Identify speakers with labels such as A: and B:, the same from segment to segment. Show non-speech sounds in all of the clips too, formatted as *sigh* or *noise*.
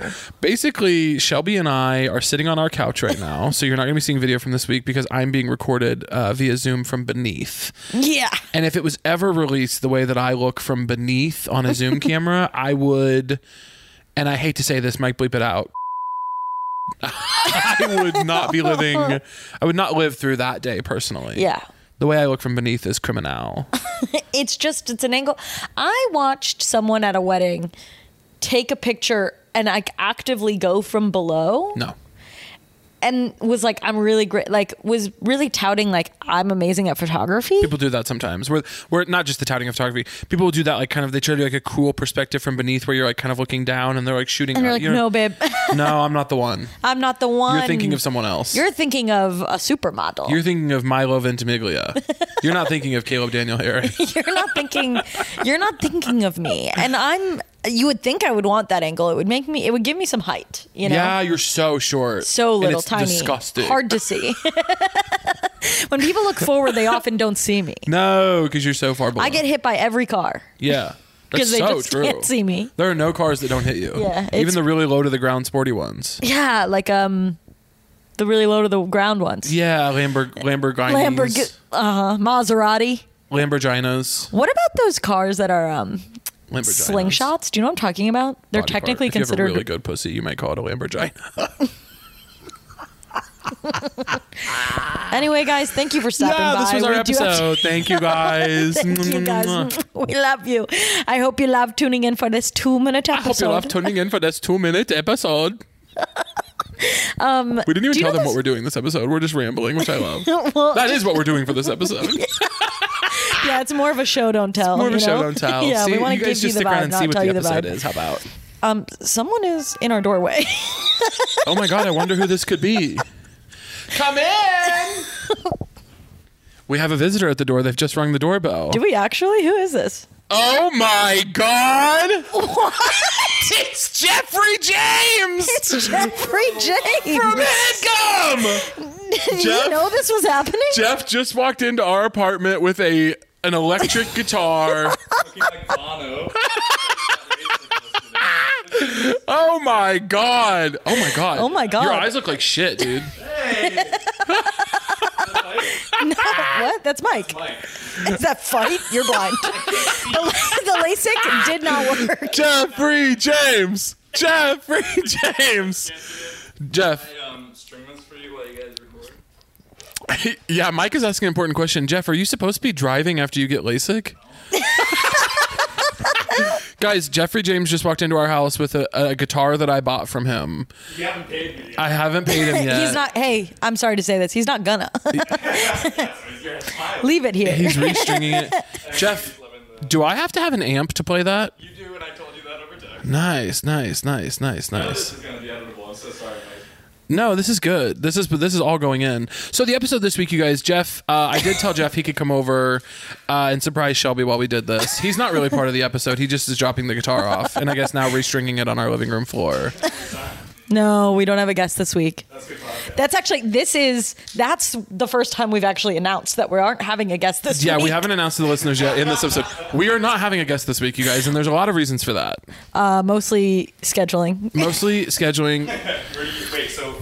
A: to get. Basically, Shelby and I are sitting on our couch right now, so you're not going to be seeing video from this week because I'm being recorded uh, via Zoom from beneath.
B: Yeah.
A: And if it was ever released the way that I look from beneath on a
B: *laughs*
A: Zoom camera, I would. And I hate to say this, Mike, bleep it out. I would not be living. I would not live through that day personally.
B: Yeah. *laughs*
A: The way I look from beneath is criminal.
B: It's just it's an angle. I watched someone at a wedding take a picture and like actively go from below.
A: No.
B: and was like, I'm really great, like, was really touting, like, I'm amazing at photography.
A: People do that sometimes. We're, we're not just the touting of photography. People will do that, like, kind of, they try to do like a cool perspective from beneath where you're like kind of looking down and they're like shooting.
B: and
A: up.
B: you're like,
A: You're-
B: no, babe, *laughs*
A: No, I'm not the one.
B: I'm not the one.
A: You're thinking of someone else.
B: You're thinking of a
A: *laughs*
B: supermodel.
A: You're thinking of Milo Ventimiglia. You're not thinking of Caleb Daniel Harris.
B: *laughs* you're not thinking you're not thinking of me and i'm you would think i would want that angle it would make me it would give me some height *laughs* you know
A: Yeah, you're so short.
B: so
A: And
B: little
A: it's
B: tiny
A: Disgusting.
B: hard to see *laughs* when people look forward they often don't see me
A: No, because you're so far below.
B: i get hit by every car
A: Yeah. That's
B: 'Cause they
A: so
B: just
A: true.
B: can't see me.
A: There are no cars that don't hit you.
B: Yeah,
A: Even
B: it's-
A: the really low to the ground sporty
B: *laughs*
A: ones.
B: yeah like um the really low to the ground ones
A: Yeah, Lamborg
B: Lamborghini,
A: Lamborghinis.
B: uh, Maserati.
A: Lamborghinos.
B: What about those cars that are um,
A: Lamborghinis.
B: slingshots? Do you know what I'm talking about? They're
A: body part.
B: technically
A: if
B: considered.
A: You have a really good pussy. You might call it a Lamborghini.
B: *laughs* Anyway, guys, thank you for stopping by.
A: this was our
B: We do have to-
A: episode. Thank you guys.
B: *laughs* Thank you
A: *laughs*
B: guys. *laughs* We love you. I hope you love tuning in for this two minute
A: I hope
B: episode.
A: you love tuning in for this two-minute
B: *laughs*
A: episode. Um, we didn't even
B: do you
A: tell
B: know
A: them
B: this-
A: what we're doing this episode. We're just rambling, which I love.
B: *laughs* *laughs* Well,
A: that is what we're doing for this
B: *laughs*
A: episode.
B: yeah, it's more of a show don't tell.
A: More of a
B: you
A: show
B: know?
A: don't tell.
B: *laughs* yeah,
A: see,
B: we want
A: you
B: to
A: guys just
B: give you the
A: stick around
B: vibe,
A: and see
B: not
A: what
B: tell
A: the
B: you the
A: episode
B: vibe.
A: is. How about?
B: Um, someone is in our doorway. *laughs*
A: Oh my god, I wonder who this could be. Come
B: *laughs*
A: in. We have a visitor at the door. They've just rung the doorbell.
B: do we actually? Who is this?
A: Oh my god! *laughs* What? *laughs* It's Jeffrey James
B: *laughs* It's Jeffrey James. *laughs*
A: from Headgum.
B: Did
A: Jeff-
B: you know this was happening?
A: Jeff just walked into our apartment with a an
B: *laughs*
A: electric guitar. oh my god! Oh my god!
B: Oh my God.
A: Your eyes look like shit,
B: *laughs*
A: dude.
B: *laughs* What?
A: *laughs*
B: That's Mike. Is that fight? You're blind. the, the LASIK did not work.
A: Jeffrey James. Jeffrey James. Jeff. *laughs*
C: um, string this for you while you guys record.
A: Yeah, Mike is asking an important question. Jeff, are you supposed to be driving after you get
B: *laughs*
A: LASIK? Guys, Jeffrey James just walked into our house with a, a guitar that I bought from him.
C: You haven't paid me.
A: I haven't paid *laughs* him yet.
B: *laughs* He's not. Hey, I'm sorry to say this. He's not
A: *laughs*
B: gonna. *laughs* Leave it here.
A: He's restringing it. *laughs* Jeff, do I have to have an amp to play that?
C: You do, and I told you that over text.
A: Nice, nice, nice, nice,
C: This
A: nice.
C: is gonna be editable. Melissa. Sorry, Mike.
A: No, this is good. This is this is all going in. So the episode this week, you guys, Jeff. Uh, I did tell Jeff he could come over uh, and surprise Shelby while we did this. He's not really part of the episode. He just is dropping the guitar off, and I guess now restringing it on our living room floor.
B: No, we don't have a guest this week.
C: That's good podcast.
B: That's actually this is that's the first time we've actually announced that we aren't having a guest this
A: Yeah,
B: week.
A: we haven't announced to the listeners yet in this episode. We are not having a guest this week, you guys, and there's a lot of reasons for that.
B: uh, mostly scheduling.
A: Mostly scheduling.
C: Where do you, wait, so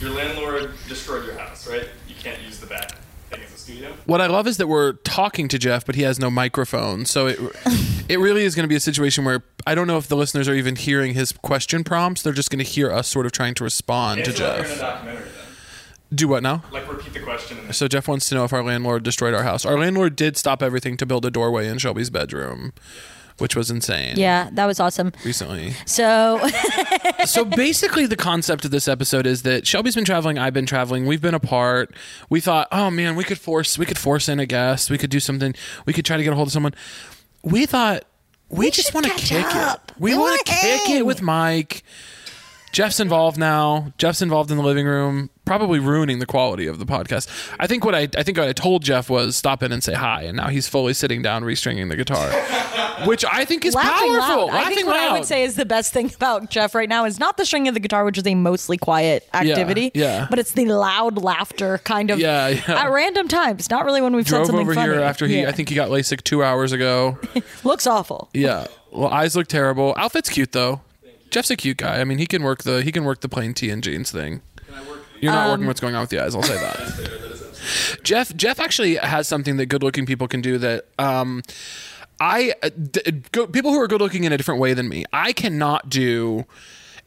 C: your landlord destroyed your house, right? You can't use the back thing as a studio.
A: What I love is that we're talking to Jeff, but he has no microphone, so it it really is going to be a situation where I don't know if the listeners are even hearing his question prompts. They're just going to hear us sort of trying to respond to
C: It's like we're in a
A: Jeff.
C: documentary then.
A: Do what now?
C: Like repeat the question. And
A: So Jeff wants to know if our landlord destroyed our house. Our landlord did stop everything to build a doorway in Shelby's bedroom, which was insane.
B: Yeah, that was awesome.
A: Recently.
B: So
A: so basically the concept of this episode is that Shelby's been traveling, I've been traveling, we've been apart. We thought, oh man, we could force we could force in a guest, we could do something, we could try to get a hold of someone. We thought we, just
B: should
A: want to
B: catch
A: kick
B: up.
A: it. We,
B: We
A: want to
B: wanna
A: kick it
B: hang.
A: with Mike. Jeff's involved now. Jeff's involved in the living room, probably ruining the quality of the podcast. I think what I I think what I told Jeff was stop in and say hi, and now he's fully sitting down, restringing the guitar, *laughs* which I think is
B: laughing
A: powerful.
B: loud. I think what I would say is the best thing about Jeff right now is not the string of the guitar, which is a mostly quiet activity.
A: yeah.
B: But it's the loud laughter kind of
A: Yeah, yeah.
B: at random times. Not really when we've said
A: drove
B: something
A: over
B: funny.
A: here after he
B: Yeah.
A: I think he got LASIK two hours
B: *laughs*
A: ago.
B: looks awful.
A: yeah. Well, eyes look terrible. Outfit's cute though. Jeff's a cute guy. I mean, he can work the he can work the plain tee and jeans thing. You're not
B: Um,
A: working what's going on with the eyes. I'll say that. Jeff Jeff actually has something that good looking people can do that um, I uh, d- go, people who are good looking in a different way than me. I cannot do.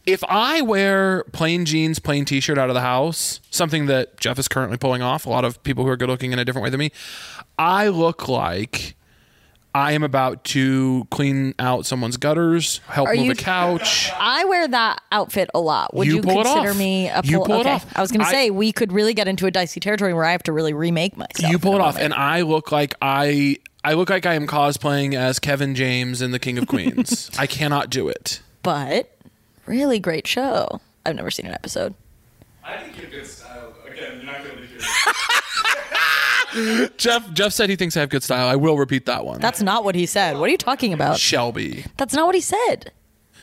A: If I wear plain jeans, plain t-shirt out of the house, something that Jeff is currently pulling off, a lot of people who are good looking in a different way than me, I look like I am about to clean out someone's gutters, help
B: Are
A: move
B: you-
A: a couch.
B: I wear that outfit a lot. Would
A: You
B: you,
A: pull it
B: consider
A: off.
B: me a pull?
A: You pull it
B: okay.
A: off.
B: I was going
A: I-
B: to say we could really get into a dicey territory where I have to really remake myself.
A: you pull it off, and I look like I I look like I am cosplaying as Kevin James in The King of Queens. *laughs* I cannot do it.
B: but really great show. I've never seen an episode.
C: I think you have good style. though. Again, you're not going to hear.
A: *laughs* Jeff Jeff said he thinks I have good style. I will repeat that one.
B: That's not what he said. What are you talking about?
A: Shelby.
B: That's not what he said.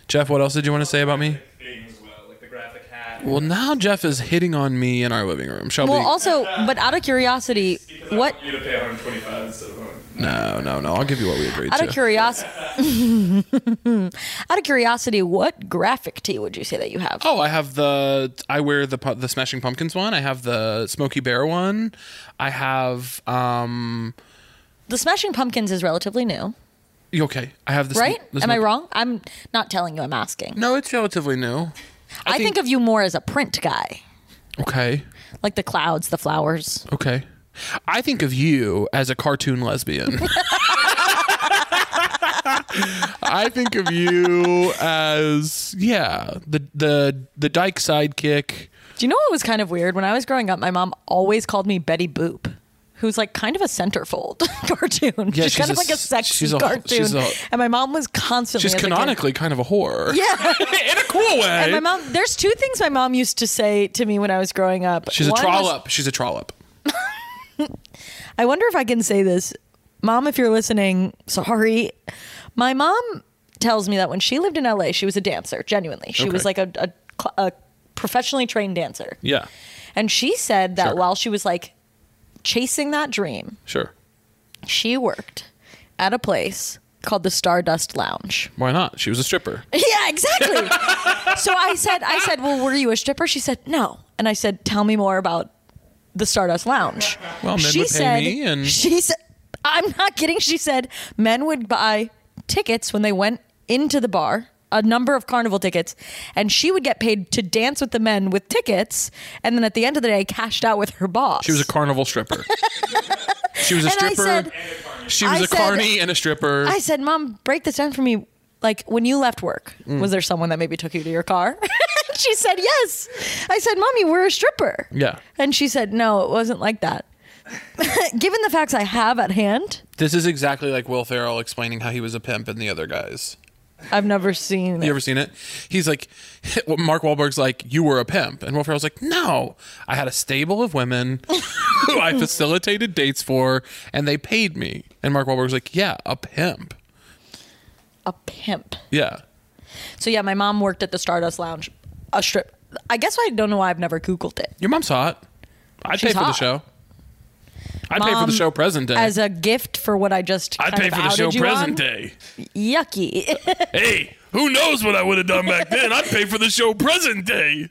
A: Jeff, what else did you want to say about me?
C: things well, like the graphic hat.
A: Well, now Jeff is hitting on me in our living room. Shelby.
B: Well, also, but out of curiosity,
C: Because
B: what?
C: I want you to pay 125 instead of 100.
A: no, no, no. I'll give you what we agreed
B: Out
A: to.
B: of curiosity, *laughs* out of curiosity, what graphic tee would you say that you have?
A: Oh, I have the I wear the pu- the Smashing Pumpkins one. I have the Smoky Bear one. I have um
B: The Smashing Pumpkins is relatively new,
A: you okay. I have the sm-
B: right?
A: the
B: Am I
A: Smoky-
B: wrong? I'm not telling you. I'm asking.
A: No, it's relatively new.
B: I think of you more as a print guy,
A: Okay.
B: like the clouds, the flowers.
A: Okay. I think of you as a cartoon lesbian. I think of you as yeah, the the the dyke sidekick.
B: Do you know what was kind of weird? When I was growing up, my mom always called me Betty Boop, who's like kind of a centerfold *laughs* cartoon.
A: Yeah,
B: she's,
A: she's
B: kind
A: a
B: of like a
A: s-
B: sexy
A: she's a-
B: cartoon.
A: she's a-
B: and my mom was constantly
A: She's
B: as a kid-
A: canonically kind of a whore.
B: *laughs* Yeah.
A: *laughs* in a cool way.
B: And my mom, there's two things my mom used to say to me when I was growing up.
A: She's a
B: One was-
A: trollop. She's a trollop.
B: I wonder if I can say this. Mom, if you're listening, sorry. My mom tells me that when she lived in LA, she was a dancer, genuinely. She
A: Okay.
B: was like a, a, cl- a professionally trained dancer.
A: Yeah.
B: And she said that
A: Sure.
B: while she was like chasing that dream,
A: Sure.
B: she worked at a place called the Stardust Lounge.
A: Why not? She was a stripper.
B: Yeah, exactly. so I said, I said, well, were you a stripper? She said, no. And I said, tell me more about the Stardust Lounge.
A: Well, men
B: she
A: would pay
B: said,
A: me and-
B: she said, I'm not kidding. She said, men would buy tickets when they went into the bar. A number of carnival tickets, and she would get paid to dance with the men with tickets, and then at the end of the day, cashed out with her boss.
A: She was a carnival
B: *laughs*
A: stripper. she was a
B: And I
A: stripper.
B: said-
A: she was
B: I
A: a
B: said-
A: carny and a stripper.
B: I said, Mom, break this down for me. Like when you left work,
A: Mm.
B: was there someone that maybe took you to your car? *laughs* she said, Yes. I said, Mom, you were a stripper.
A: Yeah.
B: And she said, No, it wasn't like that. *laughs* Given the facts I have at hand,
A: this is exactly like Will Ferrell explaining how he was a pimp and the other guys.
B: I've never
A: You
B: seen. It.
A: ever seen it? He's like, *laughs* Mark Wahlberg's like, you were a pimp, and Will Ferrell's like, no, I had a stable of women *laughs* who I facilitated dates for, and they paid me. And Mark Wahlberg's like, yeah, a pimp,
B: A pimp.
A: yeah.
B: So yeah, my mom worked at the Stardust Lounge, a strip. I guess I don't know why I've never Googled it.
A: Your mom's hot. I'd
B: She's
A: pay for the
B: hot.
A: show. I'd pay for
B: Mom,
A: the show present day.
B: As a gift for what I just
A: I'd
B: kind
A: pay
B: of
A: for the show
B: outed you
A: present
B: on.
A: day.
B: Yucky. *laughs*
A: Hey, who knows what I would have done back then? I'd pay for the show present day.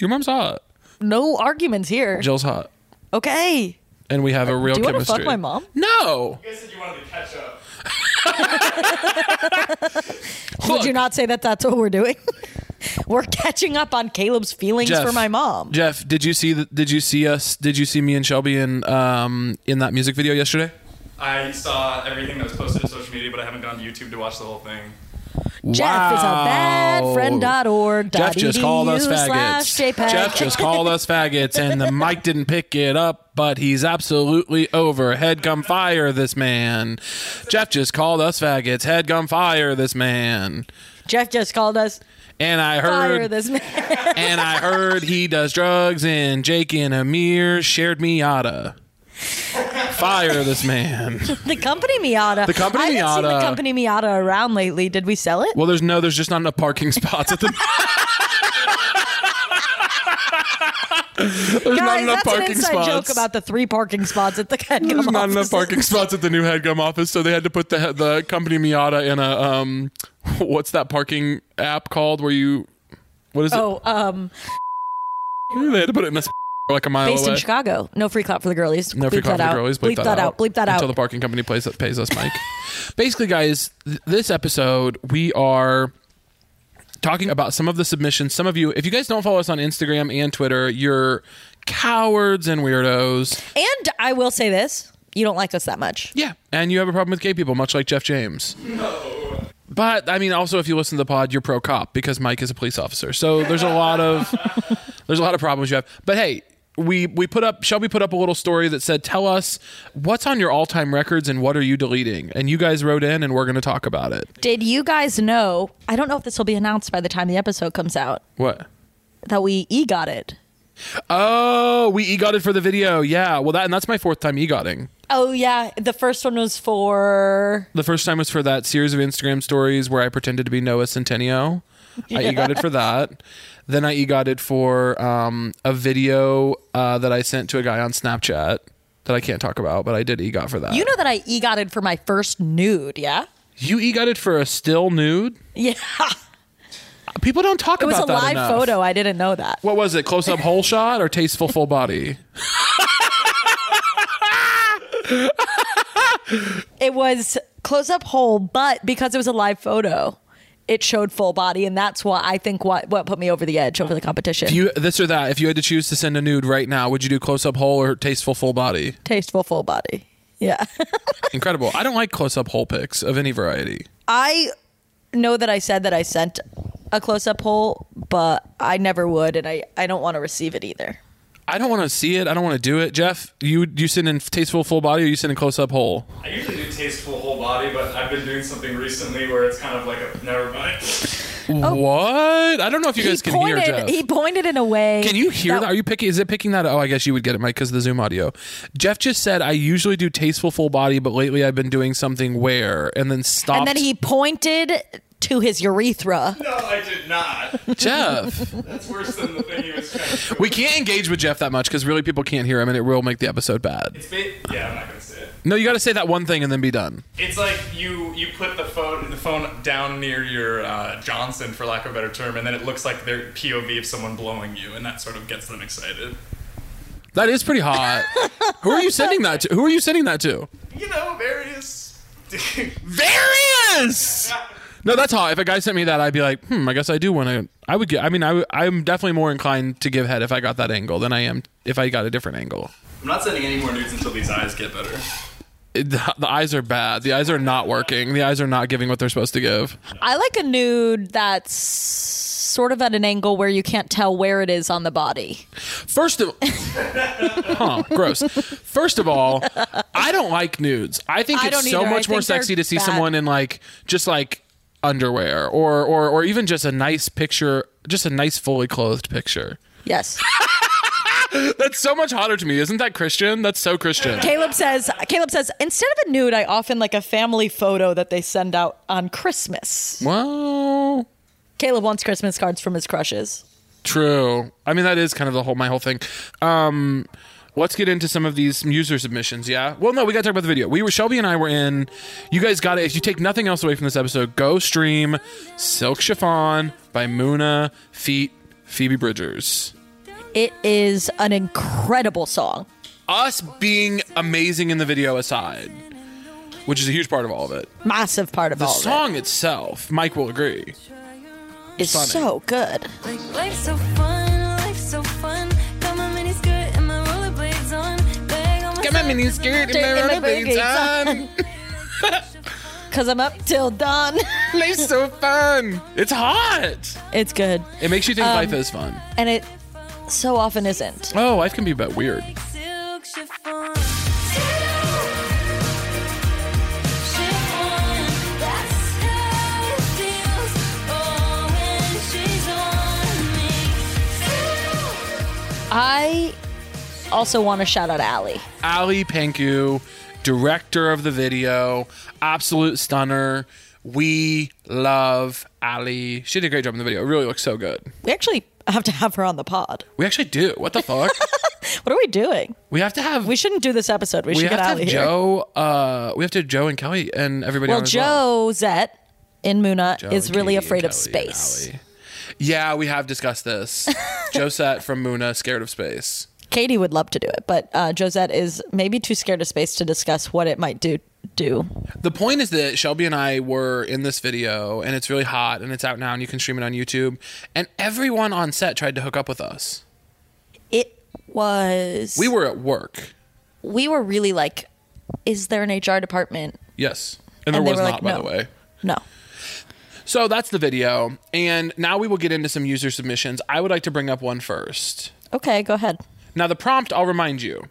A: Your mom's hot.
B: no arguments here.
A: Jill's hot.
B: Okay.
A: And we have a real
B: Do you want to
A: chemistry.
B: fuck my mom?
A: No.
C: You guys said you wanted to catch up.
B: Would you not say that that's what we're doing? *laughs* we're catching up on Caleb's feelings
A: Jeff,
B: for my mom.
A: Jeff, did you see the, did you see us did you see me and Shelby in um in that music video yesterday?
C: I saw everything that was posted to social media, but I haven't gone to YouTube to watch the whole thing.
B: Jeff is a bad friend dot org
A: Jeff
B: dot
A: just called us
B: edu
A: faggots.
B: slash JPEG.
A: Jeff just called us faggots, and the mic didn't pick it up, but he's absolutely over. Head come fire this man. Jeff just called us faggots. Head come fire this man.
B: *laughs* Jeff just called us
A: And I
B: fire *laughs*
A: heard,
B: this man.
A: and I heard he does drugs. And Jake and Amir shared Miata. Fire this man.
B: the company Miata.
A: The company
B: I haven't seen the
A: Miata.
B: company Miata around lately. Did we sell it?
A: Well, there's no, there's just not enough parking *laughs* spots
B: *laughs*
A: at the. there's not
B: Guys,
A: enough
B: that's an
A: parking
B: inside
A: spots.
B: joke about the three parking spots at the *laughs* Headgum
A: There's not enough
B: offices. *laughs*
A: parking spots at the new headgum office, so they had to put the the company Miata in a um, *laughs* what's that parking app called? Where you, what is
B: Oh, um,
A: it? They had to put it in a s- like a mile
B: based
A: away.
B: in Chicago. No free clout for the girlies.
A: No free
B: Bleep that
A: coffee for
B: out.
A: girlies. Bleep,
B: that out. Bleep that out.
A: until the parking company plays, pays us, Mike. *laughs* Basically, guys, th- this episode we are talking about some of the submissions. Some of you, if you guys don't follow us on Instagram and Twitter, you're cowards and weirdos.
B: and I will say this: you don't like us that much.
A: Yeah. And you have a problem with gay people, much like Jeff James. No. But I mean, also, if you listen to the pod, you're pro cop because Mike is a police officer. So there's a lot *laughs* of there's a lot of problems you have. But hey, we we put up Shelby put up a little story that said, "Tell us what's on your all time records and what are you deleting." And you guys wrote in, and we're going to talk about it.
B: Did you guys know? I don't know if this will be announced by the time the episode comes out.
A: What?
B: That we e got it.
A: Oh, we egotted for the video. Yeah. Well, that and that's my fourth time egotting.
B: Oh yeah, the first one was for
A: The first time was for that series of Instagram stories where I pretended to be Noah Centennial. I egotted for that. Then I egotted for um, a video uh, that I sent to a guy on Snapchat that I can't talk about, but I did egot for that.
B: you know that I e got it for my first nude. Yeah,
A: you egotted for a still nude.
B: yeah.
A: People don't talk
B: *laughs* It was
A: about
B: a
A: that
B: live
A: enough.
B: photo. I didn't know that.
A: What was it? Close up whole shot or tasteful full body?
B: It was close up whole, but because it was a live photo, it showed full body, and that's what I think what what put me over the edge over the competition.
A: If you this or that, if you had to choose to send a nude right now, would you do close up whole or tasteful full body?
B: Tasteful full body. Yeah. *laughs*
A: Incredible. I don't like close up whole pics of any variety.
B: I know that I said that I sent a close up poll, but I never would, and I, I don't want to receive it either.
A: I don't want to see it. I don't want to do it. Jeff, you you send in tasteful full body or you send in close up whole?
C: I usually do tasteful whole body, but I've been doing something recently where it's kind of like a never mind. *laughs*
A: What? I don't know if you guys can
B: pointed,
A: hear Jeff.
B: Oh. he pointed in a way.
A: can you hear that? Are you picking? Is it picking that? Oh, I guess you would get it, Mike, because of the Zoom audio. Jeff just said I usually do tasteful full body, but lately I've been doing something where, and then stopped.
B: And then he pointed to his urethra.
C: No, I did
B: *laughs*
C: not.
A: Jeff.
C: That's worse than the thing he was trying to do.
A: we can't engage with Jeff that much because really people can't hear him, and it will make the episode bad.
C: It's ba- yeah, I'm not gonna say it.
A: No, you got to say that one thing and then be done.
C: It's like you you put the phone the phone down near your uh, Johnson, for lack of a better term, and then it looks like their POV of someone blowing you, and that sort of gets them excited.
A: That is pretty
B: *laughs*
A: hot. Who are you sending that to? Who are you sending that to?
C: You know, various. *laughs*
A: Various. No, that's hot. If a guy sent me that, I'd be like, hmm, I guess I do want to. I would get. I mean, I w- I'm definitely more inclined to give head if I got that angle than I am if I got a different angle.
C: I'm not sending any more nudes until these eyes get better.
A: It, the, the eyes are bad. The eyes are not working. The eyes are not giving what they're supposed to give.
B: I like a nude that's sort of at an angle where you can't tell where it is on the body.
A: First of, huh, gross. First of all, I don't like nudes. I think
B: I
A: it's
B: don't
A: so
B: either. I
A: much more
B: think they're
A: sexy to see
B: bad.
A: someone in like just like underwear or or or even just a nice picture, just a nice fully clothed picture. *laughs*
B: Yes.
A: That's so much hotter to me. Isn't that Christian? That's so Christian.
B: Caleb says Caleb says instead of a nude, I often like a family photo that they send out on Christmas.
A: Well,
B: Caleb wants Christmas cards from his crushes.
A: True. I mean, that is kind of the whole my whole thing. Um, let's get into some of these user submissions. Yeah. Well, no, we got to talk about the video. We were Shelby and I were in. You guys got to If you take nothing else away from this episode, go stream "Silk Chiffon" by Muna Feet Phoebe Bridgers.
B: It is an incredible song.
A: Us being amazing in the video aside, which is a huge part of all of it.
B: Massive part of
A: The
B: all of
A: song itself, Mike will agree.
B: it. It's
A: stunning.
B: so good.
D: Life's so fun, life's so fun. Got my mini skirt and my rollerblades on. Bag on my
A: Got my mini skirt and my
B: Taking my
A: rollerblades
B: boogies
A: on.
B: Cause I'm up till dawn. *laughs*
A: Life's so fun. It's hot.
B: it's good.
A: It makes you think
B: Um,
A: life is fun.
B: And it so often isn't.
A: Oh, life can be a bit weird.
D: Silk chiffon. Silk chiffon. That's how it feels. Oh, when she's on me. Silk.
B: I also want to shout out Allie.
A: Ali Panku, director of the video, absolute stunner. We love Ali. She did a great job in the video. It really looks so good.
B: We actually have to have her on the pod.
A: We actually do. What the
B: *laughs*
A: fuck?
B: What are we doing?
A: we have to have.
B: We shouldn't do this episode. We,
A: we
B: should
A: have to
B: get
A: have
B: Allie here.
A: Joe. Uh, we have to have Joe and Kelly and everybody.
B: well,
A: on as
B: Joe Zet in Muna
A: Joe
B: is
A: and
B: really
A: Katie
B: afraid
A: and
B: of
A: Kelly and
B: space.
A: Ali. Yeah, we have discussed
B: *laughs*
A: this. Josette from Muna, scared of space.
B: Katie would love to do it, but uh, Josette is maybe too scared of space to discuss what it might do. Do
A: The point is that Shelby and I were in this video, and it's really hot, and it's out now, and you can stream it on YouTube. And everyone on set tried to hook up with us.
B: it was
A: We were at work.
B: we were really like, is there an HR department?
A: Yes, and there
B: And they
A: was
B: were
A: not,
B: like,
A: by
B: no.
A: the way.
B: No,
A: So that's the video, and now we will get into some user submissions. I would like to bring up one first.
B: okay, go ahead.
A: Now the prompt, I'll remind you.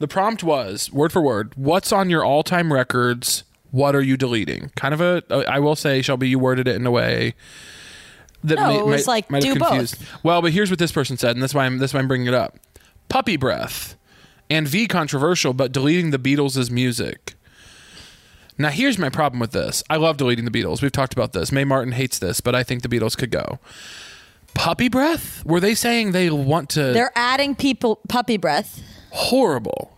A: The prompt was word for word. What's on your all-time records? What are you deleting? Kind of a. I will say, Shelby, you worded it in a way that
B: No,
A: may-
B: it was
A: may-
B: like,
A: might have
B: do both.
A: confused. Well, but here's what this person said, and that's why I'm that's why I'm bringing it up. Puppy breath and V controversial, but deleting the Beatles' music. Now here's my problem with this. I love deleting the Beatles. We've talked about this. May Martin hates this, but I think the Beatles could go. Puppy breath? Were they saying they want to?
B: They're adding people puppy breath.
A: horrible,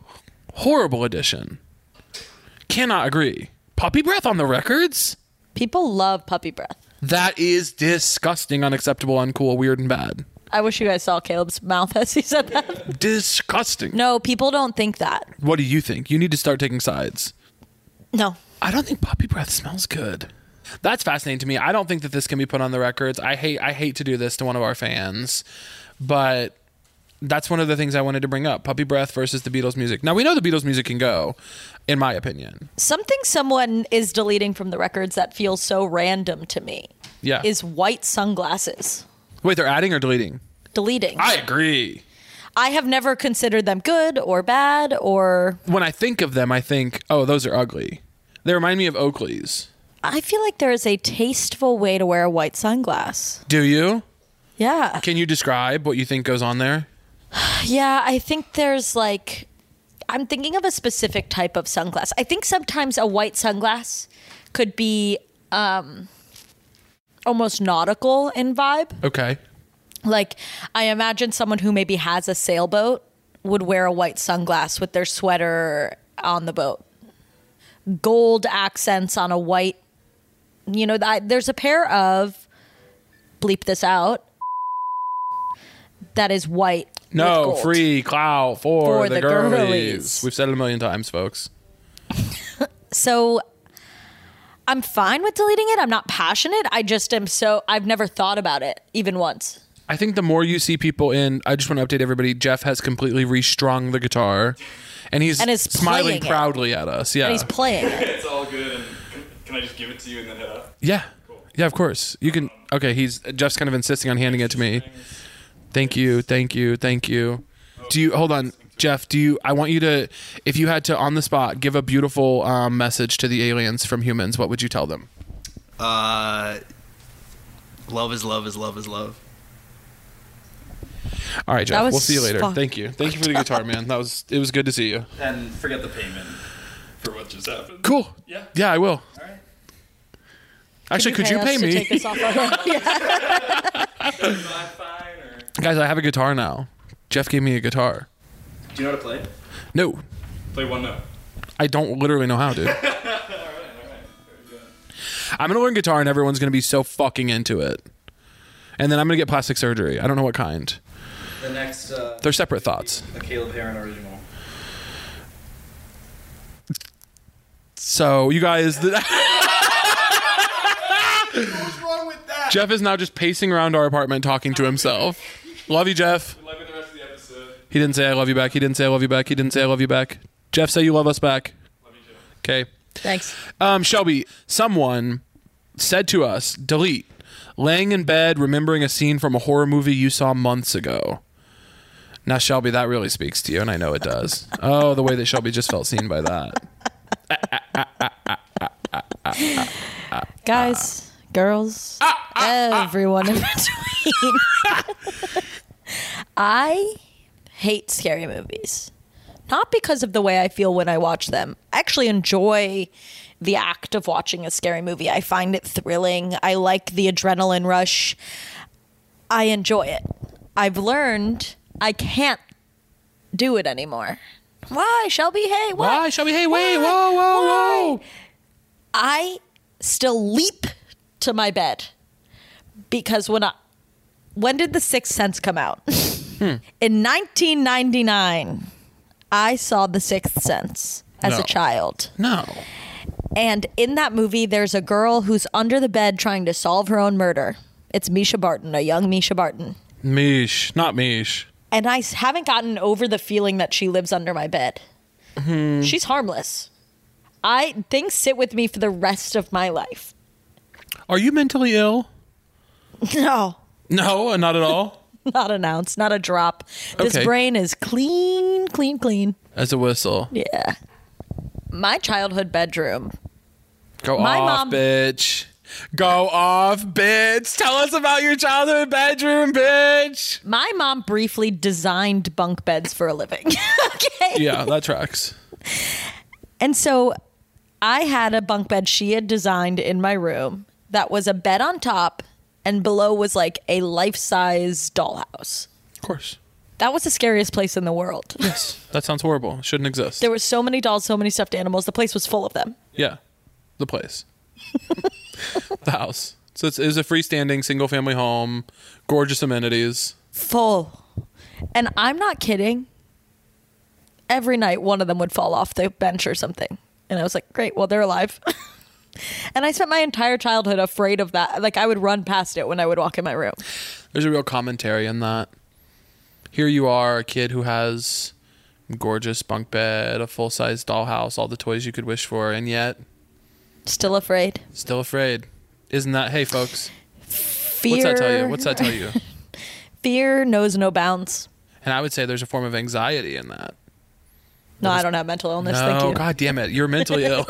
A: horrible addition. Cannot agree. Puppy breath on the records?
B: People love puppy breath.
A: That is disgusting, unacceptable, uncool, weird, and bad.
B: I wish you guys saw Caleb's mouth *laughs* as he said that.
A: Disgusting.
B: No, people don't think that.
A: What do you think? You need to start taking sides.
B: No,
A: I don't think puppy breath smells good. That's fascinating to me. I don't think that this can be put on the records. I hate I hate to do this to one of our fans, but that's one of the things I wanted to bring up. Puppy breath versus the Beatles music. Now we know the Beatles music can go, in my opinion.
B: something someone is deleting from the records that feels so random to me
A: Yeah.
B: is white sunglasses.
A: Wait, they're adding or deleting?
B: Deleting.
A: I agree.
B: I have never considered them good or bad or
A: when I think of them, I think, oh, those are ugly. They remind me of Oakleys.
B: I feel like there is a tasteful way to wear a white sunglass.
A: Do you?
B: Yeah.
A: Can you describe what you think goes on there?
B: Yeah, I think there's like I'm thinking of a specific type of sunglass. I think sometimes a white sunglass could be um almost nautical in vibe.
A: Okay.
B: Like I imagine someone who maybe has a sailboat would wear a white sunglass with their sweater on the boat. Gold accents on a white you know I, there's a pair of bleep this out that is white
A: No,
B: with gold.
A: free clout for,
B: For
A: the,
B: the
A: girlies.
B: girlies.
A: We've said it a million times, folks.
B: So I'm fine with deleting it. I'm not passionate. I just am so I've never thought about it even once.
A: I think the more you see people in, I just want to update everybody. Jeff has completely restrung the guitar, and he's
B: And is
A: smiling
B: playing it.
A: proudly at us. Yeah,
B: And he's playing it.
C: *laughs* It's all good. And can, can I just give it to you and then head up?
A: yeah, yeah. Of course, you can. Okay, he's Jeff's kind of insisting on handing it to me. Thank you, thank you, thank you. Do you hold on, Jeff? Do you? I want you to, if you had to on the spot give a beautiful um, message to the aliens from humans, what would you tell them?
E: Uh, love is love is love is love.
A: All right, Jeff.
B: was
A: We'll see you later.
B: fucked
A: Thank you. Thank you
B: *laughs*
A: for the guitar, man. That was it was good to see you.
C: And forget the payment for what just happened.
A: Cool.
C: Yeah.
A: Yeah, I will.
C: All right.
A: Actually, could you pay
B: us to
A: me?
B: take this off *laughs* our- Yeah.
C: Buy fine or.
A: Guys, I have a guitar now. Jeff gave me a guitar.
E: Do you know how to play?
A: No,
C: Play one note.
A: I don't literally know how,
E: *laughs*
A: dude. I'm gonna learn guitar and everyone's gonna be so fucking into it. And then I'm gonna get plastic surgery. I don't know what kind.
E: The next uh,
A: They're separate thoughts.
E: a Caleb Heron original.
A: So you guys, *laughs* the,
E: What's wrong with that?
A: Jeff is now just pacing around our apartment talking to himself. Love you, Jeff.
C: Love you the rest of the episode.
A: He didn't say I love you back. He didn't say I love you back. He didn't say I love you back. Jeff, say you love us back.
C: Love you too.
A: Okay.
B: Thanks.
A: Um, Shelby, someone said to us, delete. Laying in bed, remembering a scene from a horror movie you saw months ago. Now, Shelby, that really speaks to you, and I know it *laughs* does. Oh, the way that Shelby just felt seen by that.
B: Guys, girls, everyone in between. *laughs* I hate scary movies. Not because of the way I feel when I watch them. I actually enjoy the act of watching a scary movie. I find it thrilling. I like the adrenaline rush. I enjoy it. I've learned I can't do it anymore. Why, Shelby? Hey, what?
A: Why, Shelby? Hey, wait, whoa, whoa, whoa.
B: I still leap to my bed because when I when did the Sixth Sense come out?
A: Hmm.
B: In 1999, I saw the Sixth Sense as
A: No.
B: a child.
A: No.
B: And in that movie, there's a girl who's under the bed trying to solve her own murder. It's Misha Barton, a young Misha Barton.
A: Mish, not Mish.
B: And I s- haven't gotten over the feeling that she lives under my bed.
A: Hmm.
B: She's harmless. I things sit with me for the rest of my life. *laughs*
A: Are you mentally ill?
B: No.
A: No, not at all.
B: not an ounce, not a drop. This
A: Okay.
B: brain is clean, clean, clean.
A: *laughs* As a whistle.
B: Yeah. My childhood bedroom.
A: Go
B: My
A: off,
B: mom-
A: bitch. Go off, bitch. Tell us about your childhood bedroom, bitch.
B: My mom briefly designed bunk beds for a living. *laughs* okay.
A: Yeah, that tracks.
B: And so I had a bunk bed she had designed in my room that was a bed on top and below was like a life-size dollhouse.
A: Of course.
B: That was the scariest place in the world.
A: Yes. That sounds horrible. It shouldn't exist.
B: There were so many dolls, so many stuffed animals. The place was full of them.
A: yeah. The place. *laughs* the house. So it's, it's a freestanding single family home, gorgeous amenities.
B: full. And I'm not kidding. Every night, one of them would fall off the bench or something. And I was like, great, well, they're alive. *laughs* and I spent my entire childhood afraid of that. Like, I would run past it when I would walk in my room.
A: There's a real commentary in that. Here you are, a kid who has gorgeous bunk bed, a full size dollhouse, all the toys you could wish for, and yet
B: Still afraid.
A: still afraid. Isn't that hey folks?
B: Fear.
A: What's that tell you? What's that tell you?
B: Fear knows no bounds.
A: And I would say there's a form of anxiety in that.
B: No, I don't have mental illness.
A: no,
B: thank you.
A: god damn it, you're mentally ill.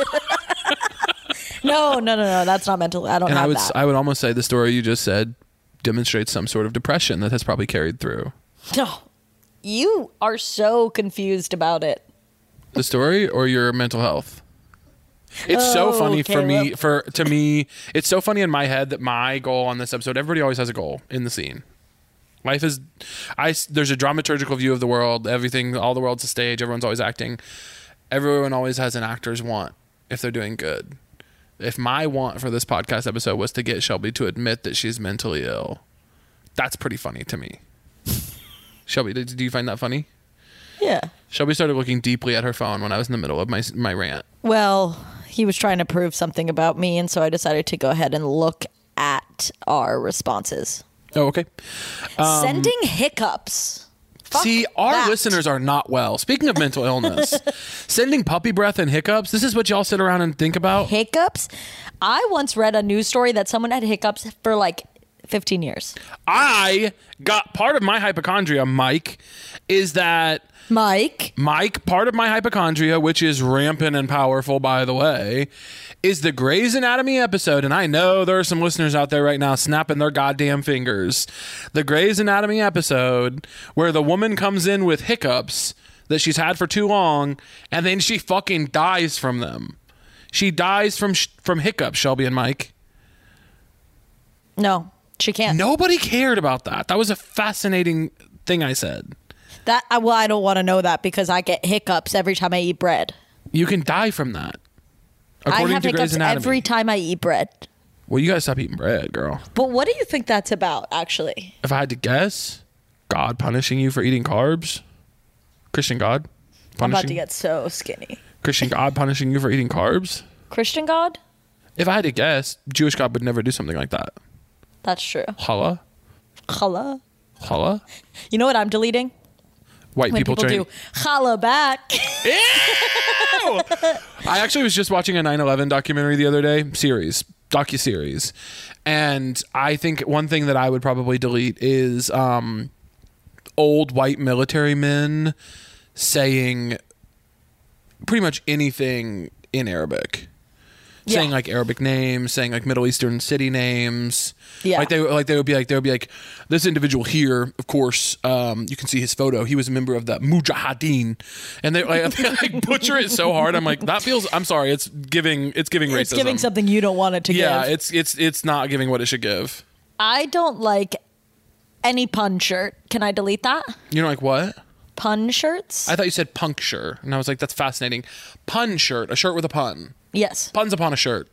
B: No, no, no, no. That's not mental. I don't
A: and
B: have
A: I would
B: that.
A: I would almost say the story you just said demonstrates some sort of depression that has probably carried through.
B: no. You are so confused about it.
A: The story or your mental health? It's so
B: Oh,
A: funny for me
B: Caleb.
A: for to me it's so funny in my head that my goal on this episode everybody always has a goal in the scene. Life is I s- there's a dramaturgical view of the world, everything all the world's a stage, everyone's always acting. Everyone always has an actor's want if they're doing good. If my want for this podcast episode was to get Shelby to admit that she's mentally ill, that's pretty funny to me. Shelby, did, do you find that funny?
B: Yeah.
A: Shelby started looking deeply at her phone when I was in the middle of my my rant.
B: Well, he was trying to prove something about me, and so I decided to go ahead and look at our responses.
A: Oh, okay.
B: Sending hiccups. Fuck
A: Um, See, our
B: that.
A: listeners are not well. Speaking of mental
B: *laughs*
A: illness, sending puppy breath and hiccups. This is what y'all sit around and think about.
B: Hiccups? I once read a news story that someone had hiccups for like 15 years.
A: I got part of my hypochondria, Mike, is that
B: Mike.
A: Mike, part of my hypochondria, which is rampant and powerful, by the way, is the Grey's Anatomy episode. And I know there are some listeners out there right now snapping their goddamn fingers. The Grey's Anatomy episode where the woman comes in with hiccups that she's had for too long, and then she fucking dies from them. She dies from sh- from hiccups, Shelby and Mike.
B: No, she can't.
A: Nobody cared about that. That was a fascinating thing I said.
B: That I, well, I don't want to know that because I get hiccups every time I eat bread.
A: You can die from that.
B: I
A: According
B: have
A: to Grey's
B: hiccups
A: Anatomy.
B: every time I eat bread.
A: well, you gotta stop eating bread, girl.
B: But what do you think that's about, actually?
A: If I had to guess, God punishing you for eating carbs? Christian God?
B: I'm
A: Punishing
B: about to get so skinny.
A: Christian God punishing you for eating carbs?
B: Christian God?
A: If I had to guess, Jewish God would never do something like that.
B: That's true.
A: Holla?
B: Challah.
A: Holla?
B: You know what I'm deleting?
A: White
B: When
A: people,
B: people,
A: train.
B: do challah back.
A: I actually was just watching a 9/11 documentary the other day, series, docu series, and I think one thing that I would probably delete is um, old white military men saying pretty much anything in Arabic. Saying
B: Yeah.
A: like Arabic names, saying like Middle Eastern city names,
B: Yeah.
A: Like they like they would be like they would be like this individual here. Of course, um, you can see his photo. He was a member of the Mujahideen, and they like, *laughs* they, like butcher it so hard. I'm like that feels. I'm sorry. It's giving. It's giving racism.
B: it's giving something you don't want it to
A: Yeah.
B: give.
A: It's it's it's not giving what it should give.
B: I don't like any pun shirt. Can I delete that?
A: You know, like what?
B: Pun shirts?
A: I thought you said puncture, and I was like, that's fascinating. Pun shirt, a shirt with a pun.
B: yes.
A: Puns upon a shirt.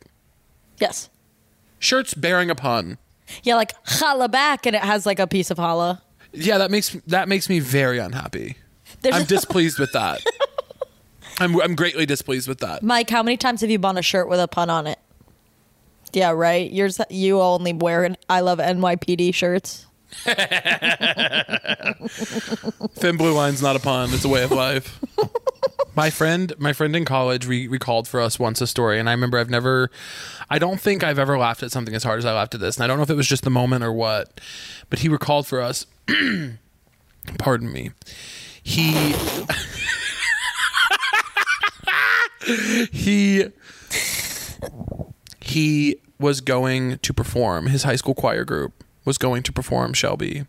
B: Yes.
A: Shirts bearing a pun.
B: Yeah, like challah back, and it has like a piece of challah.
A: Yeah, that makes that makes me very
B: *laughs*
A: unhappy.
B: There's
A: I'm displeased with that. I'm I'm greatly displeased with that.
B: Mike, how many times have you bought a shirt with a pun on it? Yeah, right. Yours, you only wear an "I love NYPD" shirts.
A: Thin blue line's not a pun; it's a way of life. *laughs* my friend, my friend in college, re- recalled for us once a story, and I remember I've never, I don't think I've ever laughed at something as hard as I laughed at this, and I don't know if it was just the moment or what, but he recalled for us. *clears throat* pardon me. He. *laughs* he he was going to perform his high school choir group was going to perform shelby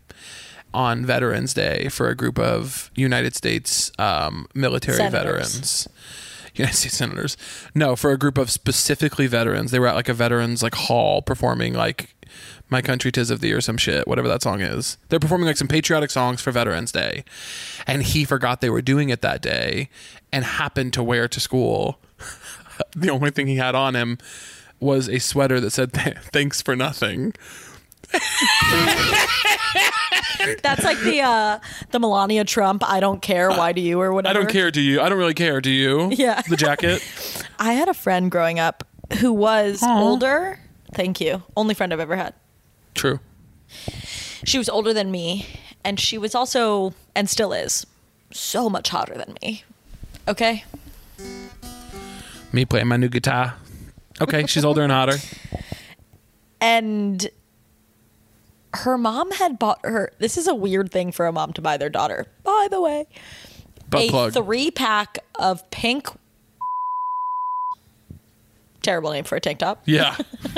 A: on veterans day for a group of united states um, military
B: Senators.
A: veterans *laughs* united states senators no for a group of specifically veterans they were at like a veterans like hall performing like my country tis of thee or some shit whatever that song is they're performing like some patriotic songs for veterans day and he forgot they were doing it that day and happened to wear to school *laughs* the only thing he had on him was a sweater that said thanks for nothing
B: That's like the uh, the Melania Trump "I don't care, why do you" or
A: Uh, i
B: whatever.
A: don't care do you i don't really care do you
B: *laughs* Yeah.
A: the jacket
B: I had a friend growing up who was older. Thank you. Only friend I've ever had.
A: true
B: She was older than me, and she was also and still is so much hotter than me. Okay.
A: me playing my new guitar okay she's older and
B: *laughs*
A: hotter
B: and her mom had bought her this is a weird thing for a mom to buy their daughter by the way
A: butt
B: a
A: plug
B: three pack of pink terrible name for a tank top
A: yeah *laughs*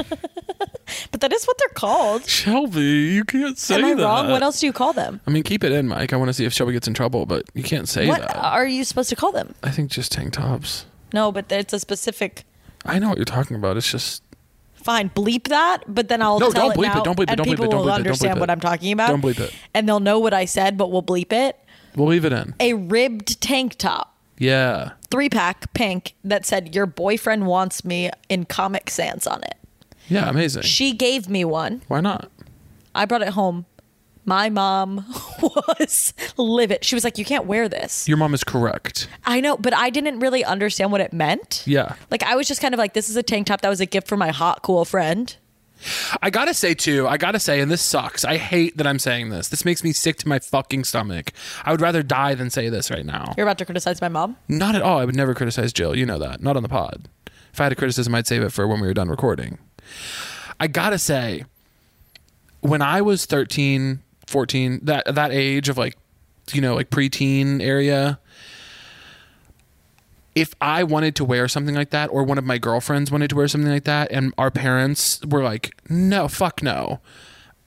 B: but that is what they're called
A: shelby you can't say
B: am i
A: that
B: wrong what else do you call them
A: i mean keep it in mike i want to see if shelby gets in trouble but you can't say
B: what
A: that
B: are you supposed to call them
A: i think just tank tops
B: no but it's a specific
A: i know what you're talking about it's just
B: fine bleep that but then i'll
A: No,
B: tell
A: don't bleep it,
B: now,
A: don't bleep it,
B: and
A: don't bleep it,
B: people
A: don't bleep
B: will
A: it, don't bleep
B: understand
A: it.
B: what i'm talking about
A: Don't bleep it.
B: and they'll know what i said but we'll bleep it
A: we'll leave it in
B: a ribbed tank top
A: yeah
B: three pack pink that said your boyfriend wants me in comic sans on it
A: yeah amazing
B: she gave me one
A: why not
B: i brought it home my mom *laughs* was livid she was like you can't wear this
A: your mom is correct
B: i know but i didn't really understand what it meant
A: yeah
B: like i was just kind of like this is a tank top that was a gift for my hot cool friend
A: I gotta say too, I gotta say, and this sucks. I hate that I'm saying this. This makes me sick to my fucking stomach. I would rather die than say this right now.
B: you're about to criticize my mom
A: Not at all. I would never criticize Jill. You know that. Not on the pod. If I had a criticism, I'd save it for when we were done recording. I gotta say, when I was 13, 14, that that age of like you know, like preteen area, if I wanted to wear something like that or one of my girlfriends wanted to wear something like that and our parents were like, "No, fuck no."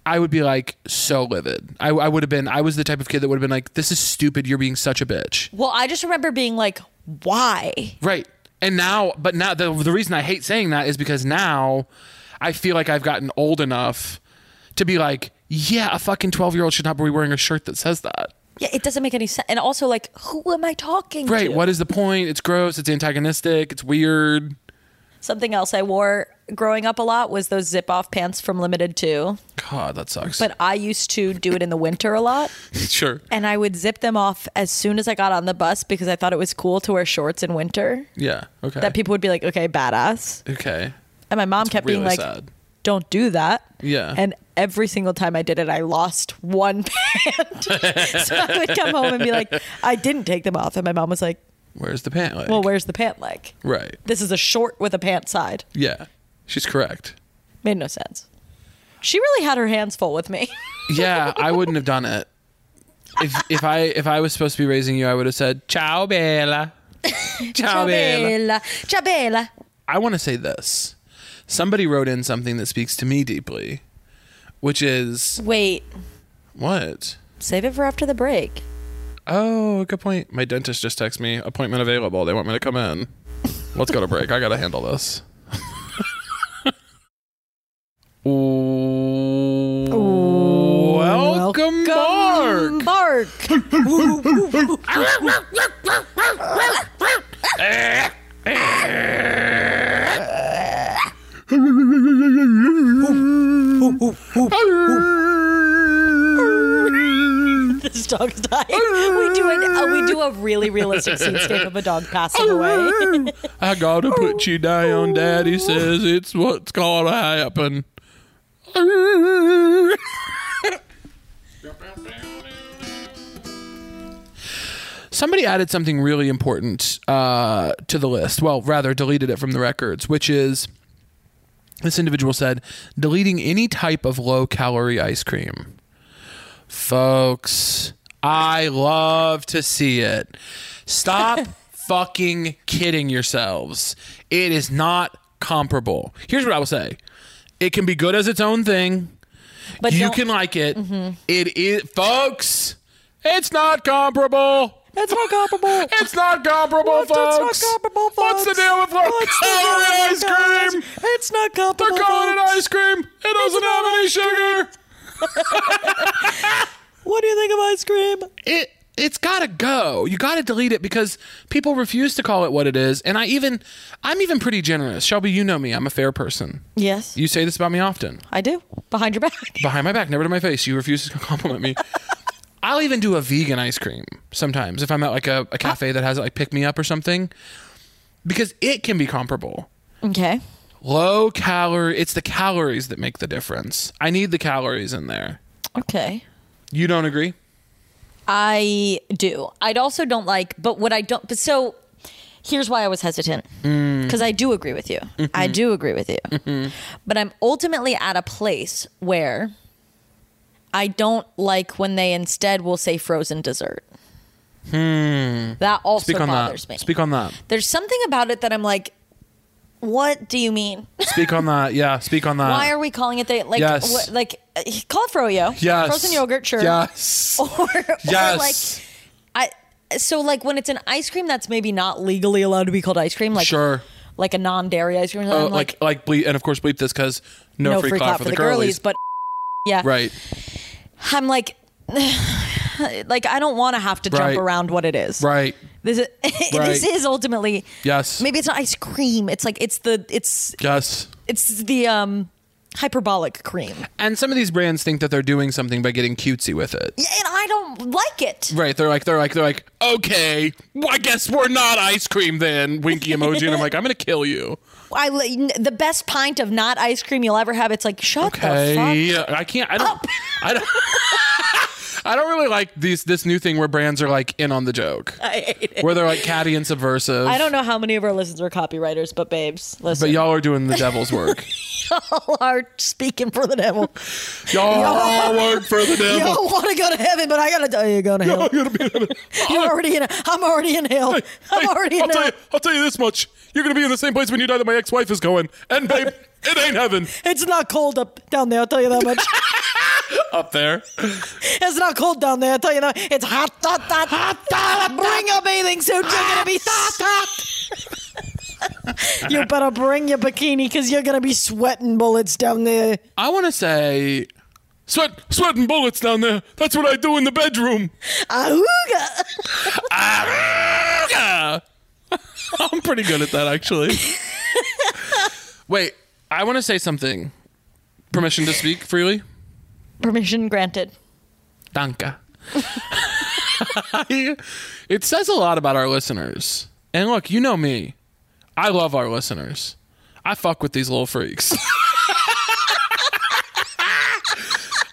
A: I would be like so livid. I, I would have been. I was the type of kid that would have been like, "This is stupid. You're being such a bitch."
B: Well, I just remember being like, why?
A: Right. And now, but now the, the reason I hate saying that is because now I feel like I've gotten old enough to be like, yeah, a fucking 12 year old should not be wearing a shirt that says that.
B: Yeah, it doesn't make any sense. And also, like, who am I talking to?
A: Right. What is the point? It's gross. It's antagonistic. It's weird.
B: Something else I wore growing up a lot was those zip off pants from Limited 2.
A: God, that sucks.
B: But I used to do it in the winter a lot.
A: *laughs* sure.
B: And I would zip them off as soon as I got on the bus because I thought it was cool to wear shorts in winter.
A: Yeah. Okay.
B: That people would be like, okay, badass.
A: okay.
B: And my mom kept being
A: really
B: like,
A: sad.
B: don't do that.
A: Yeah.
B: And every single time I did it, I lost one *laughs* pant. so I would come home and be like, I didn't take them off. And my mom was like,
A: Where's the pant leg?
B: well, where's the pant leg?
A: right.
B: This is a short with a pant side.
A: Yeah. She's correct.
B: Made no sense. She really had her hands full with me.
A: Yeah, I wouldn't have done it. If if I if I was supposed to be raising you, I would have said, "Ciao,
B: *laughs*
A: Bella." Ciao, Bella.
B: Chabela.
A: I want to say this. Somebody wrote in something that speaks to me deeply, which is
B: Wait,
A: what?
B: save it for after the break.
A: Oh, good point. My dentist just texted me, appointment available. They want me to come in. Let's go to break. I got to handle this. Welcome, Mark.
B: Bark. This dog's dying. We do an, uh, we do a really realistic scenescape of a dog passing away.
A: I gotta put you down. Daddy says it's what's gonna happen. Somebody added something really important uh, to the list. Well, rather, deleted it from the records, which is this individual said deleting any type of low calorie ice cream. Folks, I love to see it. Stop *laughs* fucking kidding yourselves. It is not comparable. Here's what I will say it can be good as its own thing.
B: But
A: you
B: don't- Mm-hmm.
A: can like it. It is, folks, it's not comparable.
B: It's
A: *laughs*
B: not comparable.
A: It's not comparable,
B: What? It's
A: folks.
B: not comparable,
A: What's the
B: folks.
A: deal with low *laughs*
B: What's the deal
A: calorie ice
B: with low-calorie
A: cream?
B: It's not
A: They're
B: comparable.
A: calling it
B: folks.
A: ice cream. It doesn't have any sugar.
B: What do you think of ice cream?
A: it it's gotta go. You gotta delete it because people refuse to call it what it is. And I even I'm even pretty generous. Shelby, you know me. I'm a fair person.
B: Yes,
A: You say this about me often.
B: I do.
A: *laughs*
B: Behind your back.
A: Behind my back, never to my face. You refuse to *laughs* compliment me. I'll even do a vegan ice cream sometimes if I'm at like a, a cafe that has like pick me up or something. Because it can be comparable.
B: Okay.
A: Low calorie it's the calories that make the difference. I need the calories in there.
B: Okay.
A: You don't agree?
B: I do. I'd also don't like, but what I don't, but so here's why I was hesitant
A: Mm.
B: because I do agree with you.
A: Mm-hmm.
B: I do agree with you. But I'm ultimately at a place where I don't like when they instead will say frozen dessert. Hmm. That also
A: Speak on
B: bothers
A: that.
B: me.
A: Speak on that.
B: There's something about it that I'm like, what do you mean?
A: Speak on that. Yeah, speak on that.
B: Why are we calling it that? Like,
A: Uh, Yes.
B: what, like, uh, call it froyo.
A: Yes.
B: Frozen yogurt, sure.
A: Yes.
B: *laughs* Or, or like,
A: yes.
B: I so like when it's an ice cream that's maybe not legally allowed to be called ice cream, like
A: sure.
B: like a non-dairy ice cream.
A: Oh,
B: I'm
A: like, like, bleep, and of course, bleep this because no, free, clap, for the, girlies.
B: but *laughs* yeah,
A: right.
B: I'm like, *sighs* like I don't want to have to
A: Right.
B: jump around what it is.
A: Right.
B: This is *laughs*
A: Right.
B: this is ultimately
A: Yes.
B: maybe it's not ice cream. It's like it's the it's
A: Yes.
B: it's the um hyperbolic cream, yeah,
A: And some of these brands think that they're doing something by getting cutesy with it.
B: and I don't like it.
A: Right. They're like, they're like, they're like, okay, well, I guess we're not ice cream then. Winky
B: *laughs*
A: emoji. and I'm like, I'm going to kill you.
B: I li- the best pint of not ice cream you'll ever have. It's like shut the fuck
A: Okay. I can't, I don't, I don't. *laughs* I don't really like these this new thing where brands are like in on the joke,
B: *laughs* I hate it.
A: where they're like catty and subversive.
B: I don't know how many of our listeners are copywriters, but babes, listen,
A: But y'all are doing the devil's *laughs* work.
B: *laughs* y'all are speaking for the devil.
A: Y'all all work for the *laughs* devil.
B: Y'all want to go to heaven, but I gotta tell you, you're going to hell.
A: You're gonna be in the-
B: You're already in. A, I'm already in hell. I'm
A: Hey,
B: already in
A: I'll tell,
B: hell.
A: you, I'll tell you this much. You're going to be in the same place when you die that my ex wife is going. And, babe, it ain't heaven.
B: It's not cold up down there. I'll tell you
A: *laughs*
B: that much.
A: Up there.
B: it's not cold down there. I'll tell you that. It's hot, hot, hot, hot, hot. Bring your bathing suit. You're gonna be hot, hot. *laughs* you better bring your bikini because you're gonna be sweating bullets down there.
A: I want to say. Sweat, sweating bullets down there. That's what I do in the bedroom.
B: Ahooga.
A: Ah! I'm pretty good at that, *laughs* actually. Wait, I want to say something. Permission to speak freely?
B: Permission granted.
A: Danke. *laughs* it says a lot about our listeners. And look, you know me. I love our listeners. I fuck with these little freaks. *laughs*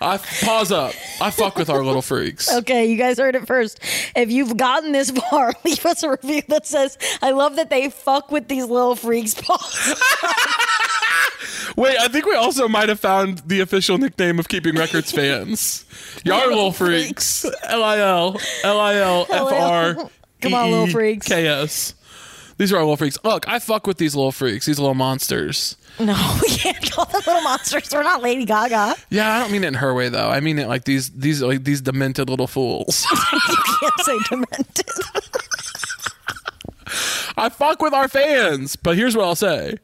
A: I pause up. I fuck with our little freaks.
B: Okay, you guys heard it first. If you've gotten this *laughs* far, leave us a review that says, "I love that they fuck with these little freaks." *laughs* Paul."
A: Wait, I think we also might have found the official nickname of Keeping Records *laughs* fans. Y'all are little freaks. L I L L I L F R.
B: *laughs*
A: E
B: Come on, little freaks.
A: K S. These are our little freaks. Look, I fuck with these little freaks. These little monsters.
B: No, we can't call them little monsters. We're not Lady Gaga.
A: Yeah, I don't mean it in her way though. I mean it like these these like these demented little fools. *laughs*
B: Can't say demented. *laughs*
A: I fuck with our fans, but here's what I'll say.